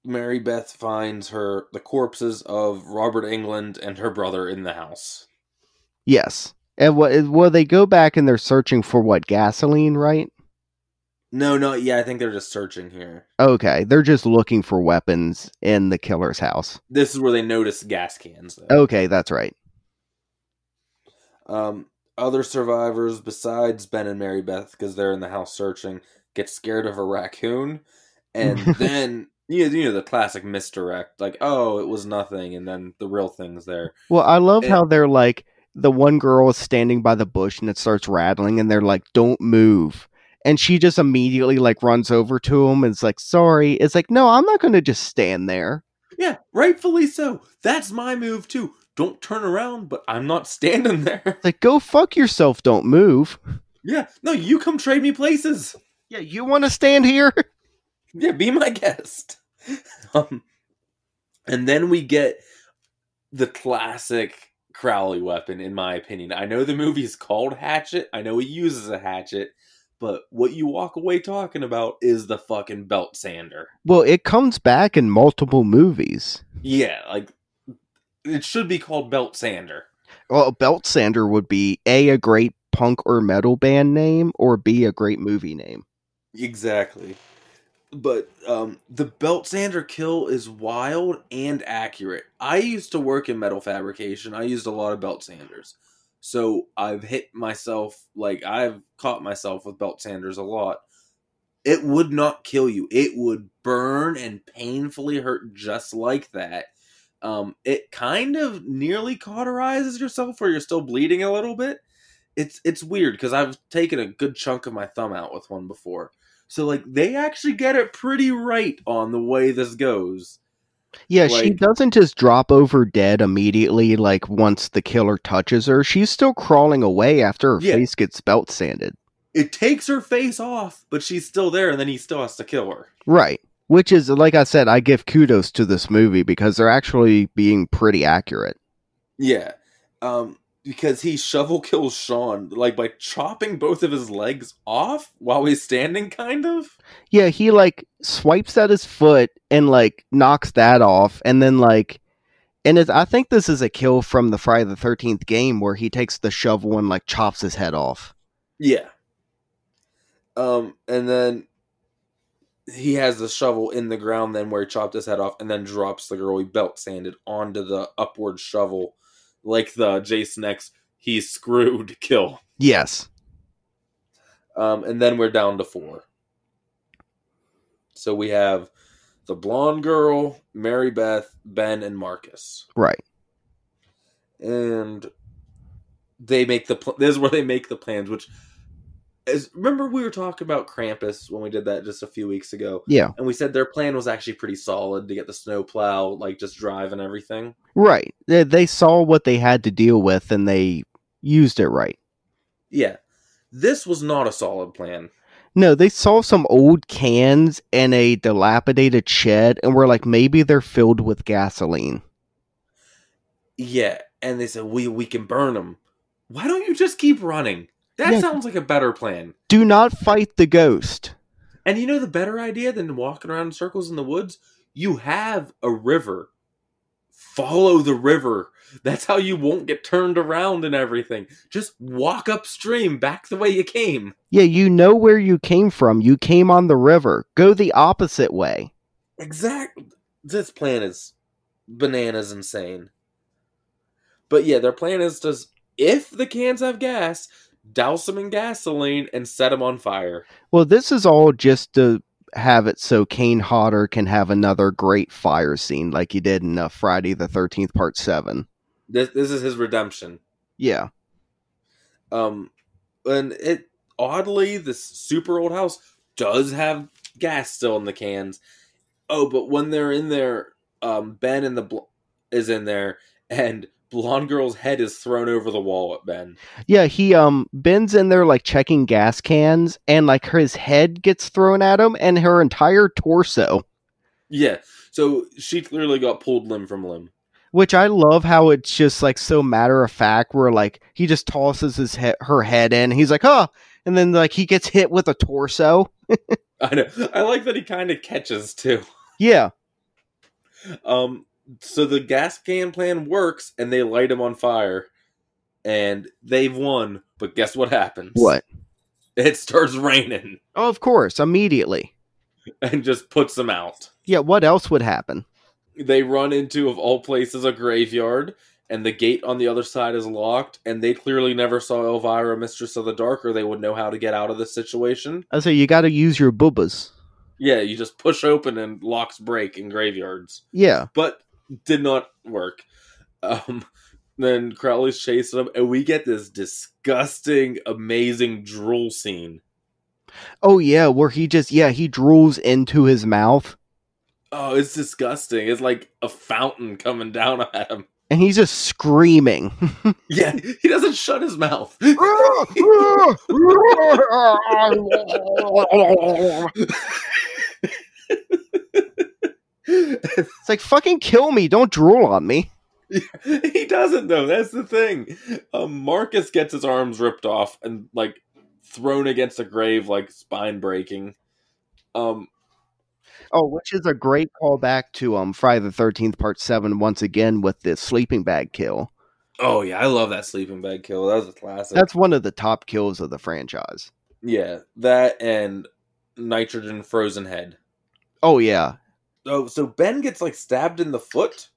Speaker 2: Mary Beth finds her, the corpses of Robert England and her brother in the house.
Speaker 1: Yes. And what, well, they go back and they're searching for what? Gasoline, right?
Speaker 2: No, no, yeah, I think they're just searching here.
Speaker 1: Okay. They're just looking for weapons in the killer's house.
Speaker 2: This is where they notice gas cans, though.
Speaker 1: Okay, that's right.
Speaker 2: Um, other survivors besides Ben and Mary Beth, because they're in the house searching, get scared of a raccoon, and then you know, you know the classic misdirect, like oh it was nothing, and then the real thing's there.
Speaker 1: Well, I love
Speaker 2: It-
Speaker 1: how they're like the one girl is standing by the bush and it starts rattling and they're like, "Don't move." And she just immediately like runs over to him and it's like, "Sorry." It's like, "No, I'm not going to just stand there."
Speaker 2: Yeah, rightfully so. That's my move too. Don't turn around, but I'm not standing there.
Speaker 1: It's like, "Go fuck yourself, don't move."
Speaker 2: yeah, no, you come trade me places.
Speaker 1: Yeah, you want to stand here?
Speaker 2: Yeah, be my guest. um, and then we get the classic Crowley weapon, in my opinion. I know the movie's called Hatchet. I know he uses a hatchet, but what you walk away talking about is the fucking belt sander.
Speaker 1: well, it comes back in multiple movies.
Speaker 2: Yeah, like it should be called belt sander.
Speaker 1: Well, Belt Sander would be A a great punk or metal band name or B a great movie name.
Speaker 2: Exactly. But um, the belt sander kill is wild and accurate. I used to work in metal fabrication. I used a lot of belt sanders. So I've hit myself, like, I've caught myself with belt sanders a lot. It would not kill you, it would burn and painfully hurt just like that. Um, it kind of nearly cauterizes yourself where you're still bleeding a little bit. It's it's weird because I've taken a good chunk of my thumb out with one before. So like they actually get it pretty right on the way this goes.
Speaker 1: Yeah, she
Speaker 2: Like-
Speaker 1: doesn't just drop over dead immediately, like once the killer touches her. She's still crawling away after her
Speaker 2: Yeah.
Speaker 1: face gets belt sanded.
Speaker 2: It takes her face off, but she's still there, and then he still has to kill her.
Speaker 1: Right. Which is, like I said, I give kudos to this movie because they're actually being pretty accurate.
Speaker 2: Yeah, um, because he shovel kills Sean like by chopping both of his legs off while he's standing, kind of.
Speaker 1: Yeah, he like swipes at his foot and like knocks that off, and then like, and it's, I think this is a kill from the Friday the Thirteenth game where he takes the shovel and like chops his head off.
Speaker 2: Yeah. Um, and then he has the shovel in the ground, then where he chopped his head off, and then drops the girl he belt sanded onto the upward shovel, like the Jason X. He's screwed. Kill.
Speaker 1: Yes.
Speaker 2: Um, and then we're down to four. So we have the blonde girl, Mary Beth, Ben, and Marcus.
Speaker 1: Right.
Speaker 2: and they make the pl- this is where they make the plans which is remember we were talking about Krampus when we did that just a few weeks ago
Speaker 1: Yeah.
Speaker 2: and we said their plan was actually pretty solid to get the snow plow like just drive and everything
Speaker 1: Right. They, they saw what they had to deal with and they used it right.
Speaker 2: yeah this was not a solid plan
Speaker 1: No, they saw some old cans and a dilapidated shed and were like, maybe they're filled with gasoline.
Speaker 2: yeah and they said we we can burn them why don't you just keep running that
Speaker 1: Yeah.
Speaker 2: sounds like a better plan
Speaker 1: Do not fight the ghost.
Speaker 2: and you know the better idea than walking around in circles in the woods you have a river follow the river. That's how you won't get turned around and everything. Just walk upstream back the way you came.
Speaker 1: Yeah, you know where you came from. You came on the river. Go the opposite way.
Speaker 2: Exact. This plan is bananas insane. But yeah, their plan is to, if the cans have gas, douse them in gasoline and set them on fire.
Speaker 1: Well, this is all just to have it so Kane Hodder can have another great fire scene like he did in uh, Friday the 13th, part seven.
Speaker 2: This this is his redemption.
Speaker 1: Yeah.
Speaker 2: Um, and it oddly this super old house does have gas still in the cans. Oh, but when they're in there, um, Ben and the bl- is in there, and blonde girl's head is thrown over the wall at Ben.
Speaker 1: Yeah, he um Ben's in there like checking gas cans and like his head gets thrown at him and her entire torso.
Speaker 2: Yeah, so she clearly got pulled limb from limb.
Speaker 1: Which I love how it's just like so matter of fact where like he just tosses his he- her head in. He's like, "Huh." And then like he gets hit with a torso.
Speaker 2: I know. I like that he kind of catches too.
Speaker 1: Yeah.
Speaker 2: Um, so the gas can plan works, and they light him on fire, and they've won. But guess what happens?
Speaker 1: What?
Speaker 2: It starts raining
Speaker 1: Oh, of course, immediately.
Speaker 2: and just puts them out.
Speaker 1: Yeah, what else would happen?
Speaker 2: They run into, of all places, a graveyard, and the gate on the other side is locked. And they clearly never saw Elvira, Mistress of the Dark, or they would know how to get out of this situation.
Speaker 1: I say you got to use your boobas.
Speaker 2: Yeah, you just push open and locks break in graveyards.
Speaker 1: Yeah.
Speaker 2: but did not work. Um, then Crowley's chasing him, and we get this disgusting, amazing drool scene.
Speaker 1: Oh yeah, where he just yeah, he drools into his mouth
Speaker 2: Oh, it's disgusting. It's like a fountain coming down at him.
Speaker 1: and he's just screaming.
Speaker 2: Yeah, he doesn't shut his mouth.
Speaker 1: it's like fucking kill me, don't drool on me.
Speaker 2: he doesn't though. That's the thing. Um, Marcus gets his arms ripped off and like thrown against a grave, like spine breaking. Um,
Speaker 1: Oh, which is a great callback to um Friday the Thirteenth Part Seven once again with the sleeping bag kill.
Speaker 2: oh yeah, I love that sleeping bag kill. That was a classic.
Speaker 1: That's one of the top kills of the franchise.
Speaker 2: Yeah, that and nitrogen frozen head.
Speaker 1: Oh yeah,
Speaker 2: Oh, so Ben gets like stabbed in the foot.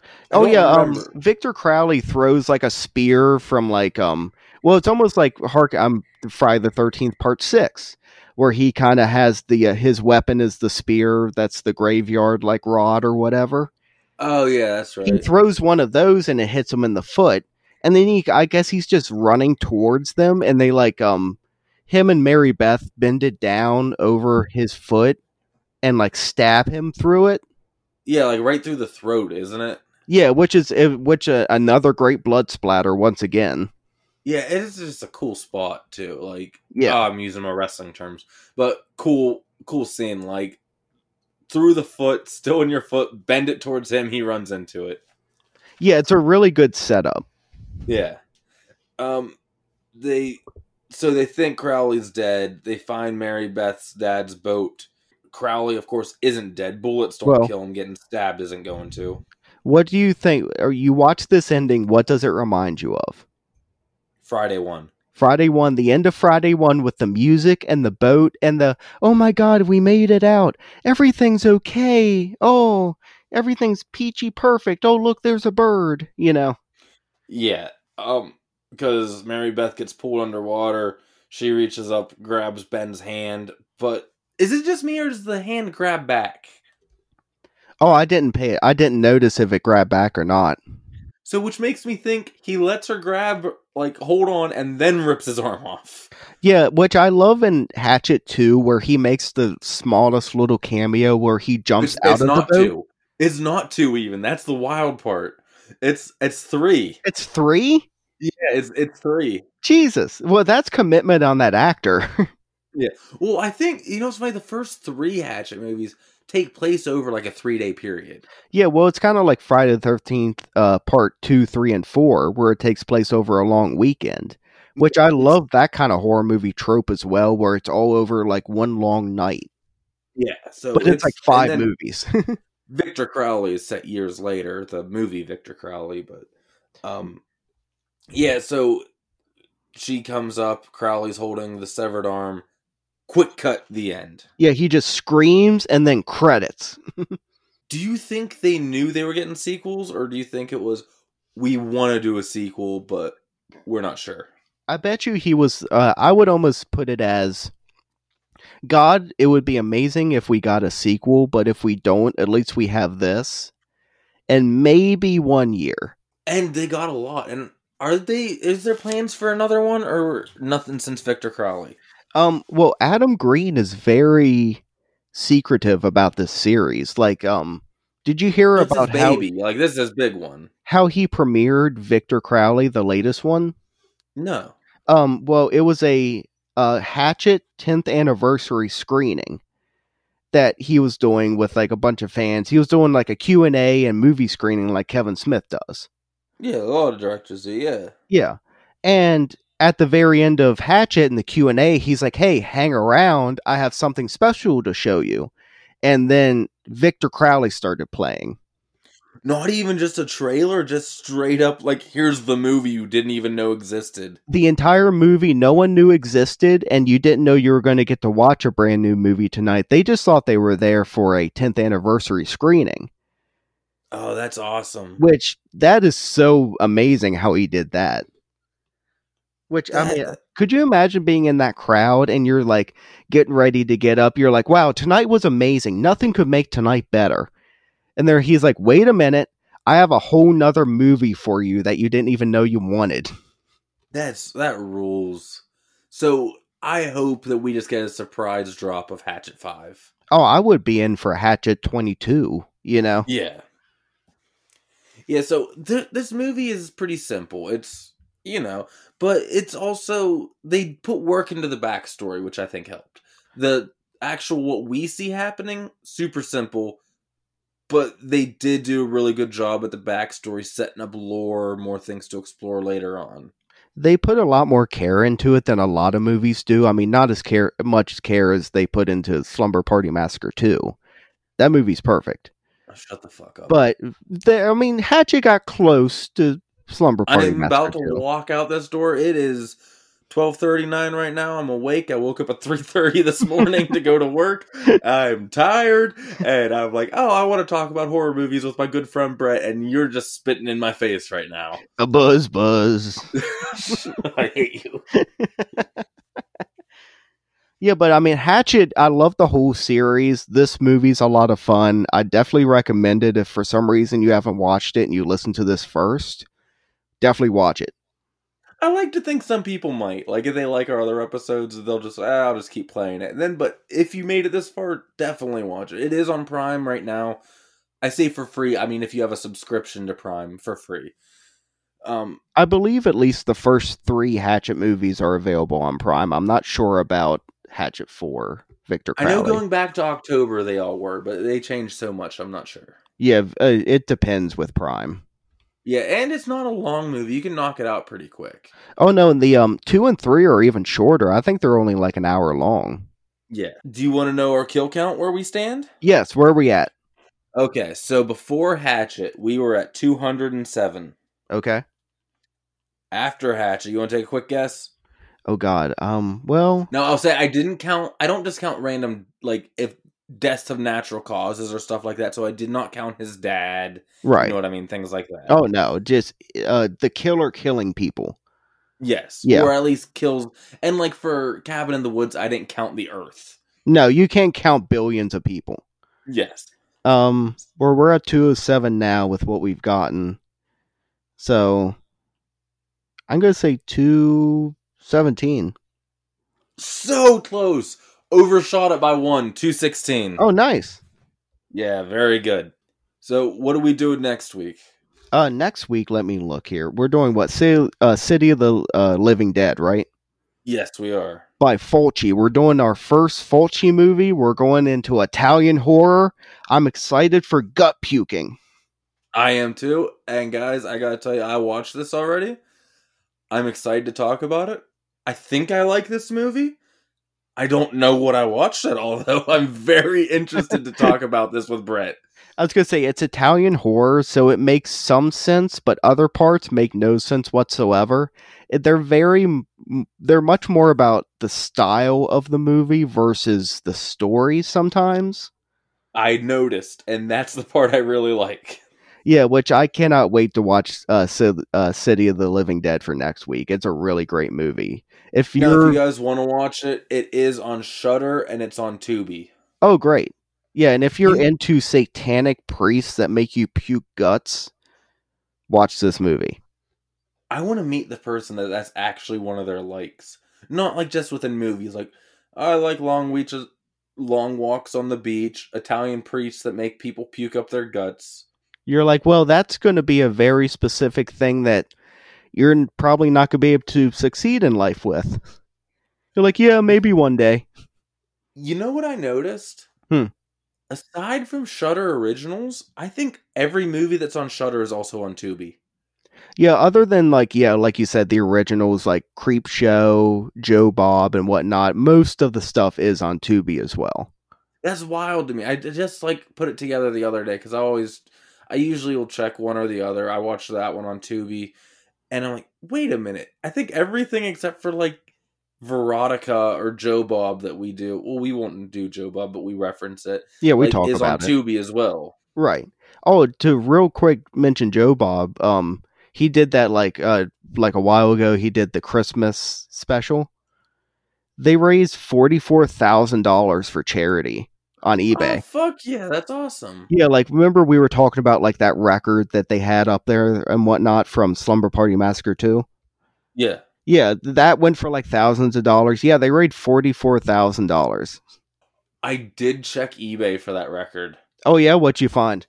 Speaker 2: I
Speaker 1: Oh
Speaker 2: don't
Speaker 1: yeah, um,
Speaker 2: remember.
Speaker 1: Victor Crowley throws like a spear from like um, well, it's almost like Hark. I'm Friday the Thirteenth Part Six, where he kind of has the uh, his weapon is the spear that's the graveyard like rod or whatever.
Speaker 2: Oh yeah, that's
Speaker 1: He
Speaker 2: right.
Speaker 1: throws one of those and it hits him in the foot, and then he I guess he's just running towards them, and they like um, him and Mary Beth bend it down over his foot and like stab him through it.
Speaker 2: Yeah, like right through the throat, isn't it?
Speaker 1: Yeah, which is uh, which uh, another great blood splatter once again.
Speaker 2: Yeah, it is just a cool spot too. Like,
Speaker 1: Yeah.
Speaker 2: ah, I'm using my wrestling terms, but cool, cool scene. Like through the foot, still in your foot, bend it towards him. He runs into it.
Speaker 1: Yeah, it's a really good setup.
Speaker 2: Yeah. Um they so they think Crowley's dead. They find Mary Beth's dad's boat. Crowley, of course, isn't dead. Bullets don't
Speaker 1: Well-
Speaker 2: kill him. Getting stabbed isn't going to.
Speaker 1: What do you think? Or you watch this ending, what does it remind you of?
Speaker 2: Friday one.
Speaker 1: Friday 1, the end of Friday 1 with the music and the boat and the, oh my God, we made it out. Everything's okay. Oh, everything's peachy perfect. Oh, look, there's a bird, you know?
Speaker 2: Yeah. Um because Mary Beth gets pulled underwater. She reaches up, grabs Ben's hand, but is it just me or does the hand grab back?
Speaker 1: Oh, I didn't pay it. I didn't notice if it grabbed back or not.
Speaker 2: So which makes me think he lets her grab like hold on and then rips his arm off.
Speaker 1: Yeah, which I love in Hatchet 2, where he makes the smallest little cameo where he jumps out of
Speaker 2: not
Speaker 1: the boat.
Speaker 2: two. It's not two even. That's the wild part. It's it's three.
Speaker 1: It's three?
Speaker 2: Yeah, it's it's three.
Speaker 1: Jesus. Well, that's commitment on that actor.
Speaker 2: Well, I think you know it's funny. The first three Hatchet movies take place over like a three day period.
Speaker 1: yeah, well, it's kind of like Friday the 13th, uh, part two, three, and four, where it takes place over a long weekend, which I love that kind of horror movie trope as well, where it's all over like one long night,
Speaker 2: Yeah, so
Speaker 1: but it's, like five
Speaker 2: and then
Speaker 1: movies.
Speaker 2: Victor Crowley is set years later. The movie Victor Crowley, but um, yeah. So she comes up. Crowley's holding the severed arm. Quick cut. The end.
Speaker 1: yeah, he just screams and then credits.
Speaker 2: do you think they knew they were getting sequels or do you think it was we want to do a sequel but we're not sure
Speaker 1: I bet you he was, uh, I would almost put it as God, it would be amazing if we got a sequel, but if we don't, at least we have this. And maybe one year.
Speaker 2: And they got a lot. And are they is there plans for another one or nothing since Victor Crowley?
Speaker 1: Um, well, Adam Green is very secretive about this series. Like, um, did you hear
Speaker 2: This is
Speaker 1: about how
Speaker 2: baby. Like this is his big one.
Speaker 1: how he premiered Victor Crowley, the latest one?
Speaker 2: No.
Speaker 1: Um, well, it was a uh, Hatchet 10th anniversary screening that he was doing with like a bunch of fans. He was doing like a Q&A and movie screening like Kevin Smith does.
Speaker 2: Yeah, a lot of directors do, yeah.
Speaker 1: Yeah. And at the very end of Hatchet in the Q&A, he's like, "Hey, hang around. I have something special to show you." And then Victor Crowley started playing.
Speaker 2: Not even just a trailer, just straight up like here's the movie you didn't even know existed.
Speaker 1: The entire movie no one knew existed and you didn't know you were going to get to watch a brand new movie tonight. They just thought they were there for a 10th anniversary screening,
Speaker 2: Oh, that's awesome.
Speaker 1: which that is so amazing how he did that. Which I mean,
Speaker 2: That-
Speaker 1: could you imagine being in that crowd and you're like getting ready to get up you're like wow tonight was amazing nothing could make tonight better and there he's like wait a minute i have a whole nother movie for you that you didn't even know you wanted
Speaker 2: that's that rules. So I hope that we just get a surprise drop of Hatchet 5.
Speaker 1: oh i would be in for hatchet 22 you know
Speaker 2: Yeah. Yeah, so th- this movie is pretty simple. It's, you know, but it's also, they put work into the backstory, which I think helped. The actual, what we see happening, super simple, but they did do a really good job at the backstory, setting up lore, more things to explore later on.
Speaker 1: they put a lot more care into it than a lot of movies do i mean not as care much care as they put into slumber party massacre 2 that movie's perfect
Speaker 2: Shut the fuck up.
Speaker 1: but there i mean hatchet got close to slumber party
Speaker 2: I'm
Speaker 1: massacre
Speaker 2: about to
Speaker 1: 2.
Speaker 2: walk out this door. It is 12:39 right now. I'm awake. I woke up at 3:30 this morning to go to work. I'm tired and I'm like, "Oh, I want to talk about horror movies with my good friend Brett and you're just spitting in my face right now."
Speaker 1: a buzz buzz
Speaker 2: I hate you.
Speaker 1: yeah but i mean hatchet i love the whole series this movie's a lot of fun i definitely recommend it if for some reason you haven't watched it and you listen to this first definitely watch it
Speaker 2: I like to think some people might. Like if they like our other episodes, they'll just, "Ah, I'll just keep playing it. And then but if you made it this far, definitely watch it. It is on Prime right now. I say for free. I mean, if you have a subscription to Prime for free. Um
Speaker 1: i believe at least the first three hatchet movies are available on prime i'm not sure about hatchet 4 victor
Speaker 2: I
Speaker 1: Crowley.
Speaker 2: know going back to October they all were, but they changed so much. I'm not sure.
Speaker 1: yeah v- uh, it depends with prime
Speaker 2: Yeah, and it's not a long movie. You can knock it out pretty quick.
Speaker 1: oh no and the um two and three are even shorter i think they're only like an hour long
Speaker 2: Yeah. Do you want to know our kill count where we stand?
Speaker 1: yes where are we at
Speaker 2: Okay, so before Hatchet, we were at 207.
Speaker 1: okay
Speaker 2: After Hatchet, you want to take a quick guess?
Speaker 1: oh god um well
Speaker 2: No, I'll say I didn't count. I don't discount random like if deaths of natural causes or stuff like that. So I did not count his dad.
Speaker 1: right
Speaker 2: You know what I mean? Things like that.
Speaker 1: Oh no, just uh the killer killing people.
Speaker 2: yes.
Speaker 1: Yeah.
Speaker 2: Or at least kills. And like for Cabin in the Woods, I didn't count the Earth.
Speaker 1: No, you can't count billions of people.
Speaker 2: Yes.
Speaker 1: Um or we're at 207 now with what we've gotten. So I'm going to say 217.
Speaker 2: So close. Overshot it by one, 216.
Speaker 1: Oh nice.
Speaker 2: Yeah, very good. So, what do we do next week?
Speaker 1: Uh next week let me look here. We're doing what? City, uh, City of the uh, Living Dead, right?
Speaker 2: Yes, we are.
Speaker 1: By Fulci. We're doing our first Fulci movie. We're going into Italian horror. I'm excited for gut puking.
Speaker 2: I am too. And, guys, I gotta tell you, I watched this already. I'm excited to talk about it. I think I like this movie. I don't know what I watched at all, though. I'm very interested to talk about this with Brett.
Speaker 1: I was gonna say it's Italian horror, so it makes some sense, but other parts make no sense whatsoever. It- They're very, m- they're much more about the style of the movie versus the story sometimes.
Speaker 2: I noticed, and that's the part I really like.
Speaker 1: Yeah, which I cannot wait to watch uh, Ci- uh, City of the Living Dead for next week. It's a really great movie. If
Speaker 2: Now,
Speaker 1: you're
Speaker 2: if you guys want to watch it, it is on Shutter and it's on Tubi.
Speaker 1: Oh, great. Yeah, and if you're
Speaker 2: Yeah.
Speaker 1: into satanic priests that make you puke guts, watch this movie.
Speaker 2: I want to meet the person that that's actually one of their likes, not like just within movies. Like I like long reaches, long walks on the beach, Italian priests that make people puke up their guts.
Speaker 1: You're like, well, that's going to be a very specific thing that you're n- probably not going to be able to succeed in life with. You're like, yeah, maybe one day.
Speaker 2: You know what I noticed?
Speaker 1: Hmm.
Speaker 2: Aside from Shutter originals, I think every movie that's on Shutter is also on Tubi.
Speaker 1: Yeah, other than like, yeah, like you said, the originals like Creep Show, Joe Bob, and whatnot, most of the stuff is on Tubi as well.
Speaker 2: That's wild to me. I d- just like put it together the other day because I always, I usually will check one or the other. I watched that one on Tubi, and I'm like, wait a minute. I think everything except for like Veronica or Joe Bob that we do. Well, we won't do Joe Bob, but we reference it.
Speaker 1: Yeah, we
Speaker 2: like,
Speaker 1: talk
Speaker 2: is
Speaker 1: about
Speaker 2: on
Speaker 1: it.
Speaker 2: Tubi as well.
Speaker 1: Right. Oh, to real quick mention Joe Bob. Um, he did that like uh like a while ago. He did the Christmas special. They raised forty four thousand dollars for charity on
Speaker 2: Oh,
Speaker 1: eBay.
Speaker 2: fuck yeah, that's awesome.
Speaker 1: Yeah, like remember we were talking about like that record that they had up there and whatnot from Slumber Party Massacre Two.
Speaker 2: Yeah,
Speaker 1: Yeah, th- that went for like thousands of dollars. Yeah, they raised forty four thousand dollars.
Speaker 2: I did check eBay for that record.
Speaker 1: Oh yeah, what you find?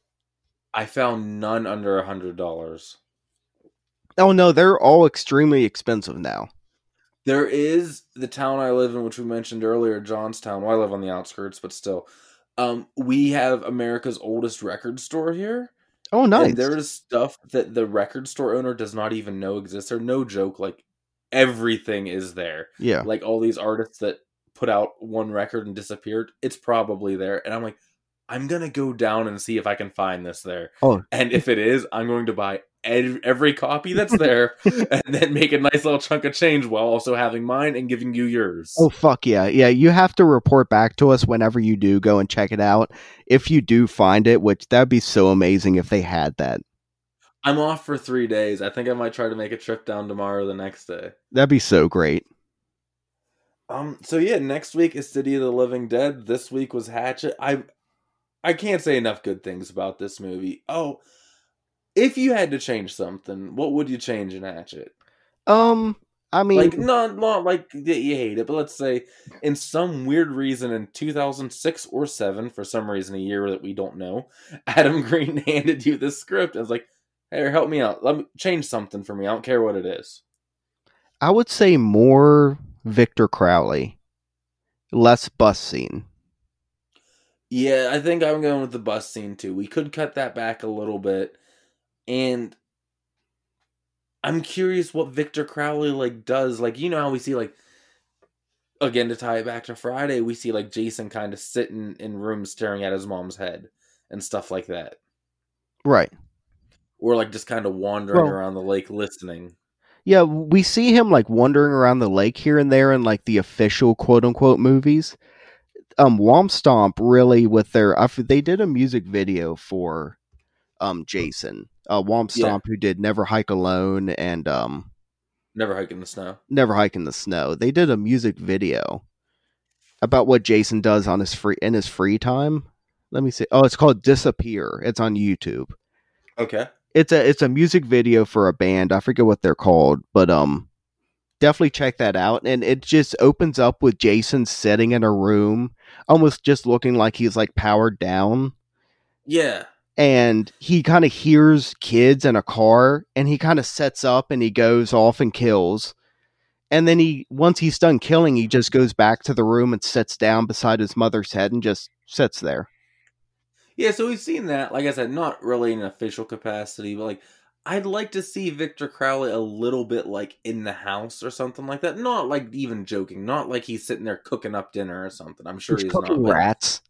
Speaker 2: I found none under a hundred dollars.
Speaker 1: Oh no, they're all extremely expensive now.
Speaker 2: There is the town I live in, which we mentioned earlier, Johnstown. Well, I live on the outskirts, but still, um, we have America's oldest record store here,
Speaker 1: Oh nice.
Speaker 2: and there is stuff that the record store owner does not even know exists. There, no joke, like everything is there.
Speaker 1: Yeah.
Speaker 2: Like all these artists that put out one record and disappeared, it's probably there. And I'm like, I'm gonna go down and see if I can find this there.
Speaker 1: Oh.
Speaker 2: and if it is, I'm going to buy. ev- Every copy that's there, and then make a nice little chunk of change while also having mine and giving you yours.
Speaker 1: Oh fuck yeah. Yeah, you have to report back to us whenever you do go and check it out. If you do find it, which that'd be so amazing if they had that.
Speaker 2: I'm off for three days. I think I might try to make a trip down tomorrow or the next day.
Speaker 1: That'd be so great.
Speaker 2: Um. So yeah, next week is City of the Living Dead. This week was Hatchet. I, I can't say enough good things about this movie. Oh, if you had to change something, what would you change in Hatchet?
Speaker 1: Um I mean
Speaker 2: like not not like that you hate it, but let's say in some weird reason in 2006 or seven, for some reason a year that we don't know, Adam Green handed you this script and was like, "Hey, help me out. Let me change something for me. I don't care what it is."
Speaker 1: I would say more Victor Crowley. Less bus scene.
Speaker 2: Yeah, I think I'm going with the bus scene too. We could cut that back a little bit. And I'm curious what Victor Crowley like does. Like, you know how we see like again to tie it back to Friday, we see like Jason kind of sitting in rooms staring at his mom's head and stuff like that.
Speaker 1: Right.
Speaker 2: Or like just kind of wandering
Speaker 1: Well-
Speaker 2: around the lake listening.
Speaker 1: Yeah, we see him like wandering around the lake here and there in like the official quote unquote movies. Um Womp Stomp really with their I f- they did a music video for um Jason. Uh Womp
Speaker 2: Yeah.
Speaker 1: Stomp who did Never Hike Alone and um
Speaker 2: Never hiking the snow.
Speaker 1: Never Hike in the Snow. They did a music video about what Jason does on his free in his free time. Let me see. Oh, it's called Disappear. It's on YouTube
Speaker 2: Okay.
Speaker 1: it's a it's a music video for a band. I forget what they're called, but um definitely check that out and it just opens up with Jason sitting in a room almost just looking like he's like powered down
Speaker 2: Yeah.
Speaker 1: and he kind of hears kids in a car and he kind of sets up and he goes off and kills and then he once he's done killing he just goes back to the room and sits down beside his mother's head and just sits there
Speaker 2: Yeah, so we've seen that. Like I said, not really in an official capacity, but like I'd like to see Victor Crowley a little bit like in the house or something like that. Not like even joking. Not like he's sitting there cooking up dinner or something. I'm sure he's,
Speaker 1: he's
Speaker 2: not.
Speaker 1: cooking
Speaker 2: but-
Speaker 1: rats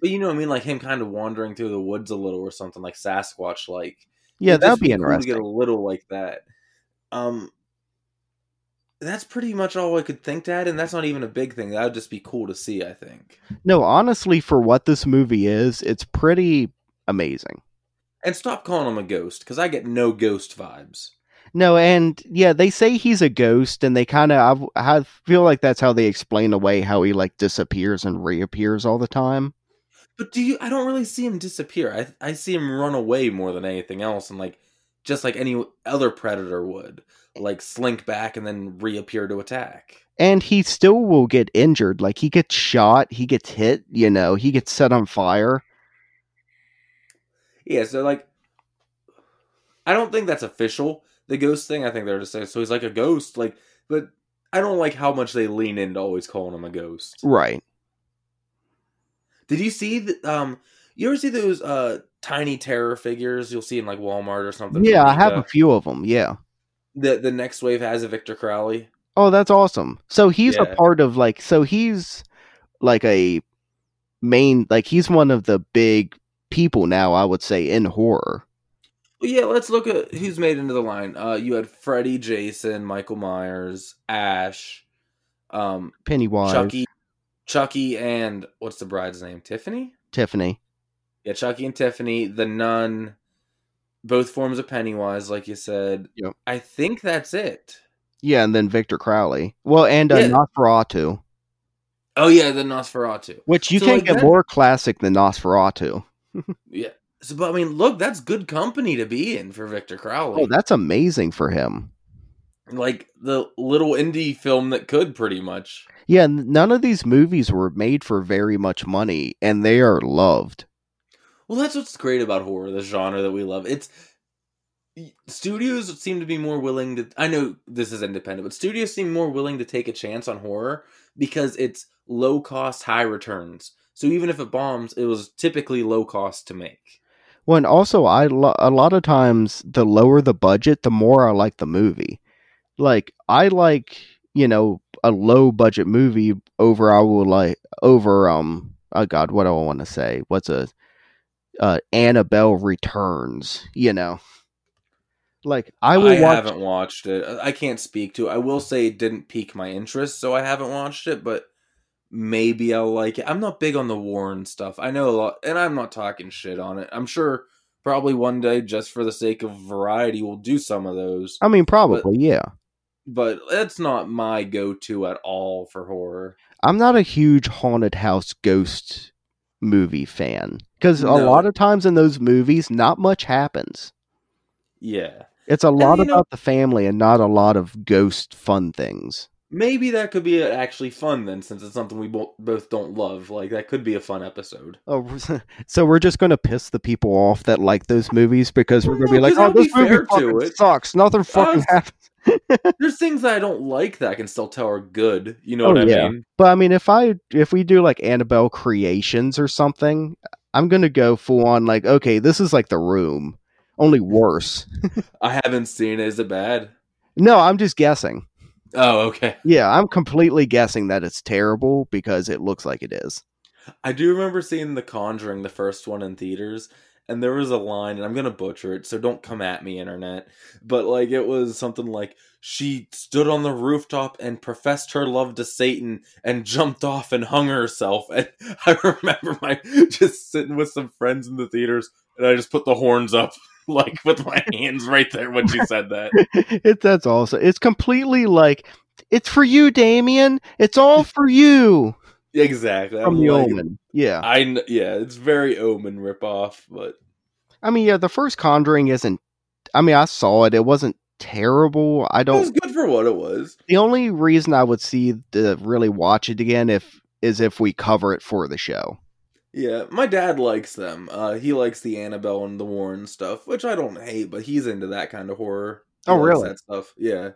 Speaker 2: But you know what I mean? Like him kind of wandering through the woods a little or something like Sasquatch like.
Speaker 1: yeah
Speaker 2: It'd
Speaker 1: that'd
Speaker 2: just
Speaker 1: be
Speaker 2: cool to
Speaker 1: interesting
Speaker 2: get a little like that. Um, that's pretty much all I could think, Dad, and that's not even a big thing. That would just be cool to see. I think.
Speaker 1: No, honestly, for what this movie is, it's pretty amazing.
Speaker 2: And stop calling him a ghost because I get no ghost vibes.
Speaker 1: No, and yeah, they say he's a ghost, and they kind of I, I feel like that's how they explain away how he like disappears and reappears all the time.
Speaker 2: But do you? I don't really see him disappear. I I see him run away more than anything else, and like just like any other predator would, like slink back and then reappear to attack.
Speaker 1: And he still will get injured. Like he gets shot, he gets hit. You know, he gets set on fire.
Speaker 2: Yeah, so like, I don't think that's official. The ghost thing, I think they're just saying so he's like a ghost. Like, but I don't like how much they lean into always calling him a ghost.
Speaker 1: Right.
Speaker 2: Did you see the um? You ever see those uh tiny terror figures you'll see in like Walmart or something?
Speaker 1: Yeah,
Speaker 2: from
Speaker 1: I have a
Speaker 2: Mika?
Speaker 1: few of them. Yeah.
Speaker 2: The the next wave has a Victor Crowley.
Speaker 1: Oh, that's awesome. So he's
Speaker 2: Yeah.
Speaker 1: a part of like so he's like a main like he's one of the big people now, I would say, in horror.
Speaker 2: Well, yeah, let's look at who's made into the line. Uh, you had Freddy, Jason, Michael Myers, Ash, um,
Speaker 1: Pennywise,
Speaker 2: Chucky, Chucky, and what's the bride's name? Tiffany.
Speaker 1: Tiffany.
Speaker 2: Yeah, Chucky and Tiffany, the nun, both forms of Pennywise, like you said.
Speaker 1: Yep.
Speaker 2: I think that's it.
Speaker 1: Yeah, and then Victor Crowley. Well, and uh,
Speaker 2: Yeah.
Speaker 1: Nosferatu,
Speaker 2: Oh yeah, the Nosferatu.
Speaker 1: which you
Speaker 2: So,
Speaker 1: can't
Speaker 2: like,
Speaker 1: get
Speaker 2: that-
Speaker 1: more classic than Nosferatu.
Speaker 2: Yeah. So, but I mean, look, that's good company to be in for Victor Crowley.
Speaker 1: Oh, that's amazing for him.
Speaker 2: like the little indie film that could pretty much.
Speaker 1: Yeah, n- none of these movies were made for very much money, and they are loved.
Speaker 2: Well, that's what's great about horror, the genre that we love. It's studios seem to be more willing to I know this is independent, but studios seem more willing to take a chance on horror because it's low cost, high returns. So even if it bombs, it was typically low cost to make.
Speaker 1: Well, and also, I lo- a lot of times the lower the budget, the more I like the movie. Like I like you know a low budget movie over I will like over um oh god what do I want to say what's a uh Annabelle Returns you know like I
Speaker 2: I,
Speaker 1: will watch
Speaker 2: haven't watched it. I I can't speak to it. I will say it didn't pique my interest, so I haven't watched it, but maybe I'll like it. I'm not big on the Warren stuff. I know a lot, and I'm not talking shit on it. I'm sure probably one day, just for the sake of variety, we'll do some of those,
Speaker 1: I mean probably yeah
Speaker 2: but that's not my go to at all for horror.
Speaker 1: I'm not a huge haunted house ghost movie fan because a
Speaker 2: No.
Speaker 1: lot of times in those movies not much happens
Speaker 2: Yeah.
Speaker 1: It's a lot
Speaker 2: you know-
Speaker 1: about the family and not a lot of ghost fun things.
Speaker 2: Maybe that could be actually fun then, since it's something we bo- both don't love. Like, that could be a fun episode.
Speaker 1: Oh, so we're just going to piss the people off that like those movies because we're going to be
Speaker 2: No,
Speaker 1: like,
Speaker 2: 'cause
Speaker 1: "Oh,
Speaker 2: that'd be
Speaker 1: this movie
Speaker 2: fair to
Speaker 1: fucking
Speaker 2: it."
Speaker 1: sucks. Nothing fucking
Speaker 2: Us-
Speaker 1: happens."
Speaker 2: There's things that I don't like that I can still tell are good. You know
Speaker 1: Oh,
Speaker 2: what I
Speaker 1: yeah.
Speaker 2: mean?
Speaker 1: But I mean, if I if we do like Annabelle Creations or something, I'm going to go full on like, "Okay, this is like The Room, only worse."
Speaker 2: I haven't seen it. Is it bad?
Speaker 1: No, I'm just guessing.
Speaker 2: Oh, okay.
Speaker 1: Yeah, I'm completely guessing that it's terrible because it looks like it is.
Speaker 2: I do remember seeing The Conjuring, the first one in theaters, and there was a line, and I'm gonna butcher it, so don't come at me, internet. But like, it was something like she stood on the rooftop and professed her love to Satan and jumped off and hung herself. And I remember my just sitting with some friends in the theaters, and I just put the horns up. Like with my hands right there when she said that.
Speaker 1: it that's also it's completely like it's for you, Damien. It's all for you
Speaker 2: Exactly.
Speaker 1: from
Speaker 2: I'm
Speaker 1: the
Speaker 2: like,
Speaker 1: Omen. Yeah,
Speaker 2: I kn- yeah, it's very Omen ripoff, but
Speaker 1: I mean, yeah, the first Conjuring isn't. I mean, I saw it. It wasn't terrible. I
Speaker 2: it was
Speaker 1: don't.
Speaker 2: good for what it was.
Speaker 1: The only reason I would see to really watch it again if is if we cover it for the show.
Speaker 2: Yeah, my dad likes them. Uh, he likes the Annabelle and the Warren stuff, which I don't hate, but he's into that kind of horror. He
Speaker 1: Oh,
Speaker 2: likes
Speaker 1: really?
Speaker 2: That stuff, yeah.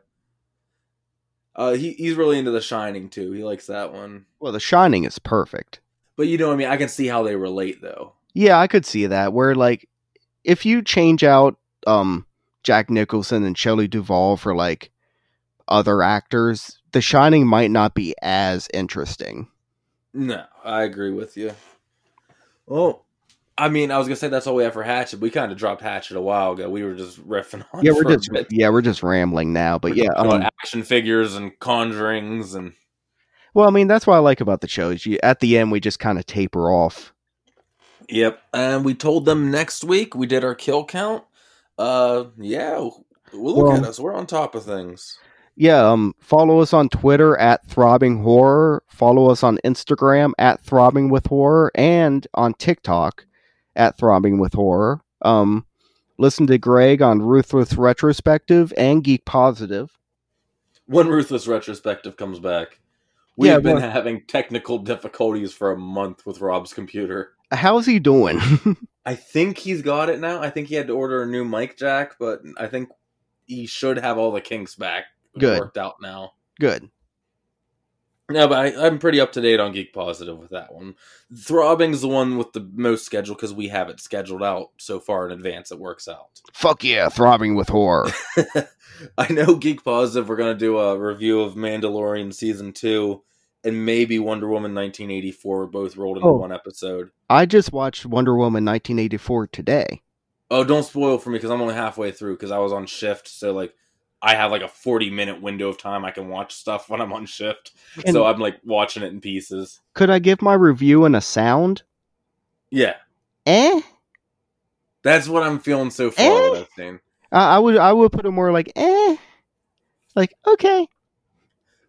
Speaker 2: Uh, he he's really into The Shining too. He likes that one.
Speaker 1: Well, The Shining is perfect.
Speaker 2: But you know, what I mean, I can see how they relate though.
Speaker 1: Yeah, I could see that. Where like, if you change out um Jack Nicholson and Shelley Duvall for like other actors, The Shining might not be as interesting.
Speaker 2: No, I agree with you. Well, I mean, I was gonna say that's all we have for Hatchet. We kind of dropped Hatchet a while ago. We were just riffing on.
Speaker 1: yeah, we're
Speaker 2: for a
Speaker 1: just
Speaker 2: bit.
Speaker 1: yeah, we're just rambling now, but yeah,
Speaker 2: Talking about
Speaker 1: um,
Speaker 2: action figures and conjurings and
Speaker 1: well, I mean that's what I like about the show is you, at the end we just kind of taper off.
Speaker 2: Yep. And we told them next week. We did our kill count. Uh, yeah. Well, look
Speaker 1: Well-
Speaker 2: at us. We're on top of things.
Speaker 1: Yeah, um, follow us on Twitter at Throbbing Horror. Follow us on Instagram at Throbbing with Horror and on TikTok at Throbbing with Horror. Um, listen to Greg on Ruthless Retrospective and Geek Positive.
Speaker 2: When Ruthless Retrospective comes back, we've
Speaker 1: Yeah,
Speaker 2: been
Speaker 1: well-
Speaker 2: having technical difficulties for a month with Rob's computer.
Speaker 1: How's he doing?
Speaker 2: I think he's got it now. I think he had to order a new mic jack, but I think he should have all the kinks back
Speaker 1: Good.
Speaker 2: worked out now.
Speaker 1: Good.
Speaker 2: No, but I, I'm pretty up to date on Geek Positive with that one. Throbbing's the one with the most schedule because we have it scheduled out so far in advance. It works out.
Speaker 1: Fuck yeah, Throbbing with Horror.
Speaker 2: I know Geek Positive. We're gonna do a review of Mandalorian season two and maybe Wonder Woman 1984, both rolled into
Speaker 1: Oh.
Speaker 2: one episode.
Speaker 1: I just watched Wonder Woman 1984 today.
Speaker 2: Oh, don't spoil for me because I'm only halfway through because I was on shift. So like, I have like a 40 minute window of time I can watch stuff when I'm on shift.
Speaker 1: And
Speaker 2: so I'm like watching it in pieces.
Speaker 1: could I give my review in a sound?
Speaker 2: Yeah,
Speaker 1: Eh?
Speaker 2: that's what I'm feeling so far.
Speaker 1: Eh?
Speaker 2: With that scene.
Speaker 1: I, I would I would put it more like eh. Like okay.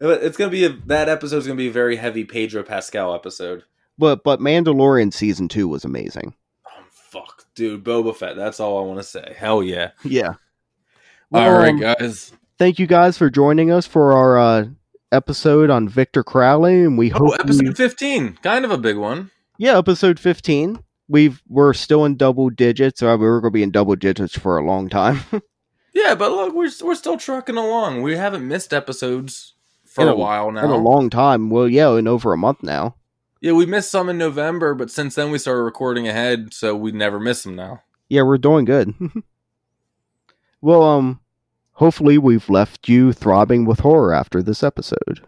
Speaker 2: But It's gonna be a, that episode's gonna be a very heavy Pedro Pascal episode.
Speaker 1: But but Mandalorian season two was amazing.
Speaker 2: Oh, fuck, dude, Boba Fett. That's all I want to say. Hell yeah!
Speaker 1: Yeah.
Speaker 2: all
Speaker 1: Well,
Speaker 2: right,
Speaker 1: um,
Speaker 2: guys.
Speaker 1: Thank you guys for joining us for our uh, episode on Victor Crowley, and we
Speaker 2: Oh,
Speaker 1: hope you-
Speaker 2: episode 15, kind of a big one.
Speaker 1: yeah episode fifteen. We've we're still in double digits. Or we're going to be in double digits for a long time.
Speaker 2: Yeah, but look, we're we're still trucking along. We haven't missed episodes for
Speaker 1: In
Speaker 2: a,
Speaker 1: a-
Speaker 2: while now.
Speaker 1: in a long time. Well, yeah, in over a month now.
Speaker 2: Yeah, we missed some in November, but since then we started recording ahead, so we never miss them now.
Speaker 1: Yeah, we're doing good. well, um, hopefully we've left you throbbing with horror after this episode.